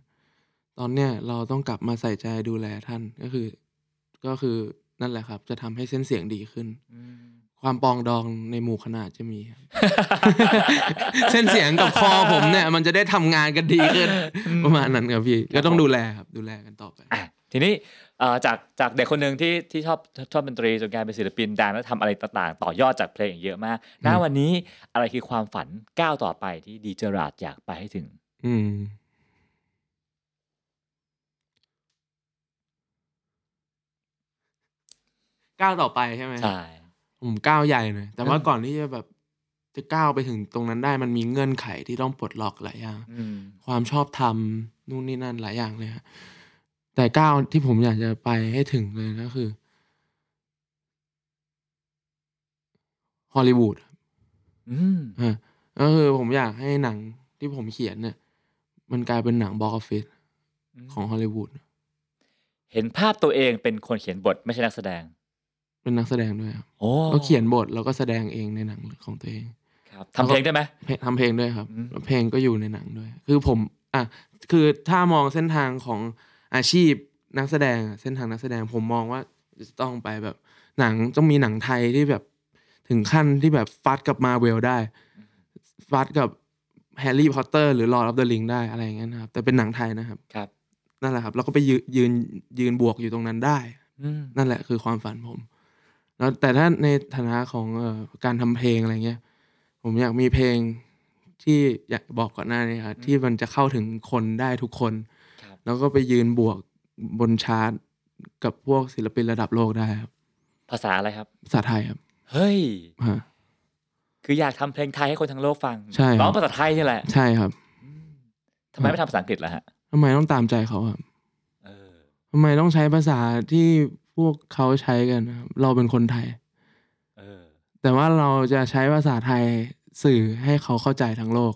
S1: ตอนเนี้ยเราต้องกลับมาใส่ใจดูแลท่านก็คือ ก็คือนั่นแหละครับ จะทำให้เส้นเสียงดีขึ้น
S3: อืม
S1: ความปรองดองในหมู่คณะจะมีครับ เส้นเสียงกับคอผมเนี่ย มันจะได้ทำงานกันดี ขึ้น ประมาณนั้นครับพี่ก็ต้องดูแลครับ ดูแลกันต่อไป
S3: อ่ะทีนี้เอ่อจากจากเด็กคนหนึ่งที่ที่ชอบชอบดนตรีจนกลายเป็นศิลปินดังแล้วทำอะไรต่างๆ ต่อยอดจากเพลงอีกเยอะมากณ
S1: อืม
S3: วันนี้อะไรคือความฝันก้าวต่อไปที่ดีเจอราดอยากไปให้ถึง
S1: อืม ก้าวต่อไปใช่ไหม
S3: ใช่
S1: ผมก้าวใหญ่หน่อยแต่ว่าก่อนที่จะแบบจะก้าวไปถึงตรงนั้นได้มันมีเงื่อนไขที่ต้องปลดล็อกหลายอย่าง
S3: อืม
S1: ความชอบธรรมนู่นนี่นั่นหลายอย่างเลยฮะแต่ก้าวที่ผมอยากจะไปให้ถึงเลยก็คือฮอลลีวูด
S3: อืม
S1: ฮะก็คือผมอยากให้หนังที่ผมเขียนเนี่ย มันกลายเป็นหนังบ็อกออฟฟิศของฮอลลีวูด
S3: เห็นภาพตัวเองเป็นคนเขียนบทไม่ใช่นักแสดง
S1: เป็นนักแสดงด้วยครับ
S3: โอ้
S1: ก็เขียนบทแล้วก็แสดงเองในหนังของตัวเอง
S3: ครับทำเพลงได้ไหม
S1: เพลงทำเพลงด้วยครับ
S3: อืม
S1: เพลงก็อยู่ในหนังด้วย คือผมอ่ะคือถ้ามองเส้นทางของอาชีพนักแสดงอะเส้นทางนักแสดงผมมองว่าจะต้องไปแบบหนังต้องมีหนังไทยที่แบบถึงขั้นที่แบบฟัดกับมาเวลได้ฟัดกับแฮร์รี่พอตเตอร์หรือลอร์ดออฟเดอะลิงได้อะไรอย่างเงี้ยนะครับ แต่เป็นหนังไทยนะครับ
S3: ครับ
S1: นั่นแหละครับแล้วก็ไปยืนยืนยืนบวกอยู่ตรงนั้นได้
S3: อืม
S1: นั่นแหละคือความฝันผม แล้วแต่ถ้าในฐานะของเอ่อการทำเพลงอะไรเงี้ย ผมอยากมีเพลงที่อยากบอกก่อนหน้านี้ครับที่มันจะเข้าถึงคนได้ทุกคน
S3: ครับ
S1: แล้วก็ไปยืนบวกบนชาร์ตกับพวกศิลปินระดับโลกได้ครับ
S3: ภาษาอะไรครับ
S1: ภาษาไทยครับ
S3: เฮ้ย
S1: ฮะ
S3: คืออยากทำเพลงไทยให้คนทั้งโลกฟัง
S1: ใช่ครับ
S3: ร้องภาษาไทยนี่แหละ
S1: ใช่ครับ
S3: ทำไมไม่ทำภาษาอังกฤษล่ะฮะ
S1: ทำไมต้องตามใจเขาครับ
S3: เออ
S1: ทำไมต้องใช้ภาษาที่ พวกเขาใช้กันนะครับเราเป็นคนไทย
S3: เออ
S1: แต่ว่าเราจะใช้ภาษาไทยสื่อให้เขาเข้าใจทั้งโลก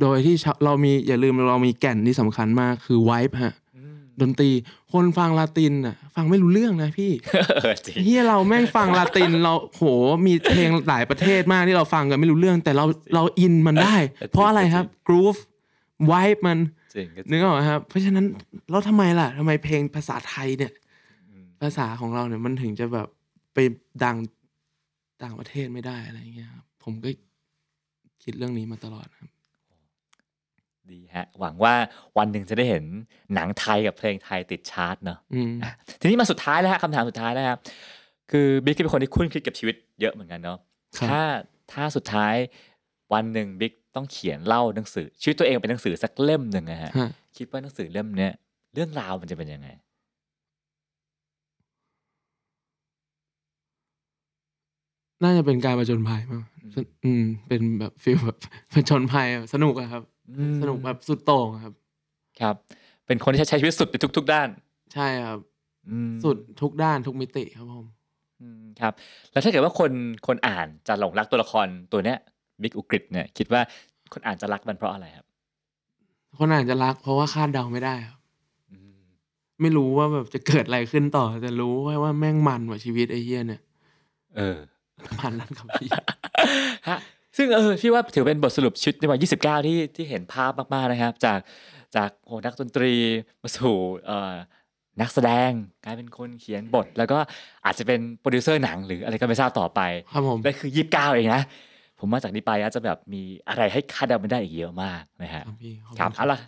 S1: โดยที่ชะเรามีอย่าลืมเรามีแก่นที่สำคัญมากคือไวบ์ฮะ
S3: อืม
S1: ดนตรีคนฟังลาตินอ่ะ ฟังไม่รู้เรื่องนะพี่
S3: เออจริง
S1: เฮียเราแม่งฟังลาติน เราโหมีเพลงหลายประเทศมากที่เราฟังกันไม่รู้เรื่อง แต่เราเราอินมันได้
S3: จริง
S1: เพราะอะไรครับกรูฟไวบ์มัน
S3: จริงก็จริง
S1: นึกออกไหมครับ เพราะฉะนั้นแล้วทำไมล่ะทำไมเพลงภาษาไทยเนี่ย
S3: อืม
S1: ภาษาของเราเนี่ยมันถึงจะแบบไปดังต่างประเทศไม่ได้อะไรอย่างเงี้ยครับผมก็คิดเรื่องนี้มาตลอดครับ
S3: ดีฮะ หวังว่าวันหนึ่งจะได้เห็นหนังไทยกับเพลงไทยติดชาร์ตเนอะ
S1: อื ม
S3: อ่ะทีนี้มาสุดท้ายแล้วฮะคำถามสุดท้ายแล้วครับคือบิ๊กเป็นคนที่คุ้นคิดกับชีวิตเยอะเหมือนกันเนาะ
S1: ครับ
S3: ถ้าถ้าสุดท้ายวันหนึ่งบิ๊กต้องเขียนเล่าหนังสือ ชีวิตตัวเองเป็นหนังสือสักเล่มหนึ่งนะฮะ
S1: ฮะ
S3: คิดว่าหนังสือเล่มเนี้ยเรื่องราวมันจะเป็นยังไง
S1: น่าจะเป็นการประจนภัยมั้ง
S3: อืม
S1: อืม เป็นแบบฟีลแบบ ประจนภัยอะสนุกอะครับ
S3: อืม
S1: สนุกแบบสุดโต่งอะครับ
S3: ครับ เป็นคนที่ใช้ชีวิตสุดในทุก ๆ ด้าน
S1: ใช่ครับ
S3: อืม
S1: สุดทุกด้านทุกมิติครับผม
S3: อืมครับ แล้วถ้าเกิดว่าคนคนอ่านจะหลงรักตัวละครตัวเนี้ยบิ๊กอุกฤษเนี่ยคิดว่าคนอ่านจะรักมันเพราะอะไรครับ
S1: คนอ่านจะรักเพราะว่าคาดเดาไม่ได้ครับ
S3: อืม
S1: ไม่รู้ว่าแบบจะเกิดอะไรขึ้นต่อ แต่รู้แค่ว่าแม่งมันกว่าชีวิตไอ้เหี้ยเนี่ย
S3: เออ
S1: ผ่านนั้นครับพี่
S3: ฮะซึ่งเออพี่ว่าถือเป็นบทสรุปชุดในวัน 29 ที่ที่เห็นภาพมากๆนะครับ จากจากโหนักดนตรีมาสู่เอ่อนักแสดงกลายเป็นคนเขียนบท แล้วก็อาจจะเป็นโปรดิวเซอร์หนังหรืออะไรก็ไม่ทราบต่อไป
S1: ครับผม
S3: นั่ นคือ 29 เองนะ ผมว่าจากนี้ไปอาจจะแบบมีอะไรให้คาดเดาไม่ได้อีกเยอะมากนะฮะ
S1: ครับพี่ขอบ
S3: ครั
S1: คุ
S3: บ
S1: ณ
S3: เอาละ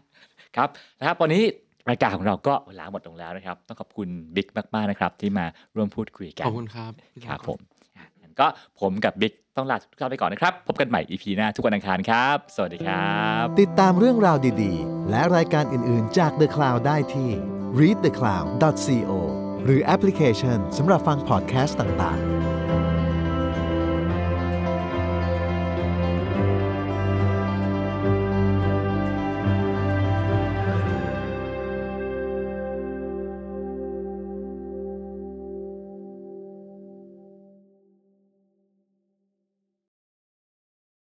S3: ครับนะครับวันนี้รายการของเราก็เวลาหมดลงแล้วนะครับ ต้องขอบคุณบิ๊กมากๆนะครับ ที่มาร่วมพูดคุยกัน
S1: ขอบคุณครับพี่
S3: ค
S1: ทอม
S3: รับผมอ่ะงั้นก็ผมกับบิ๊กต้องลาทุกท่านไปก่อนนะครับ พบกันใหม่ EP หน้าทุกวันอังคารครับ สวัสดีครับ
S2: ติดตามเรื่องราวดีๆ และรายการอื่นๆจาก The Cloud ได้ที่ readthecloud.co หรือแอปพลิเคชันสำหรับฟังพอดแคสต์ต่างๆ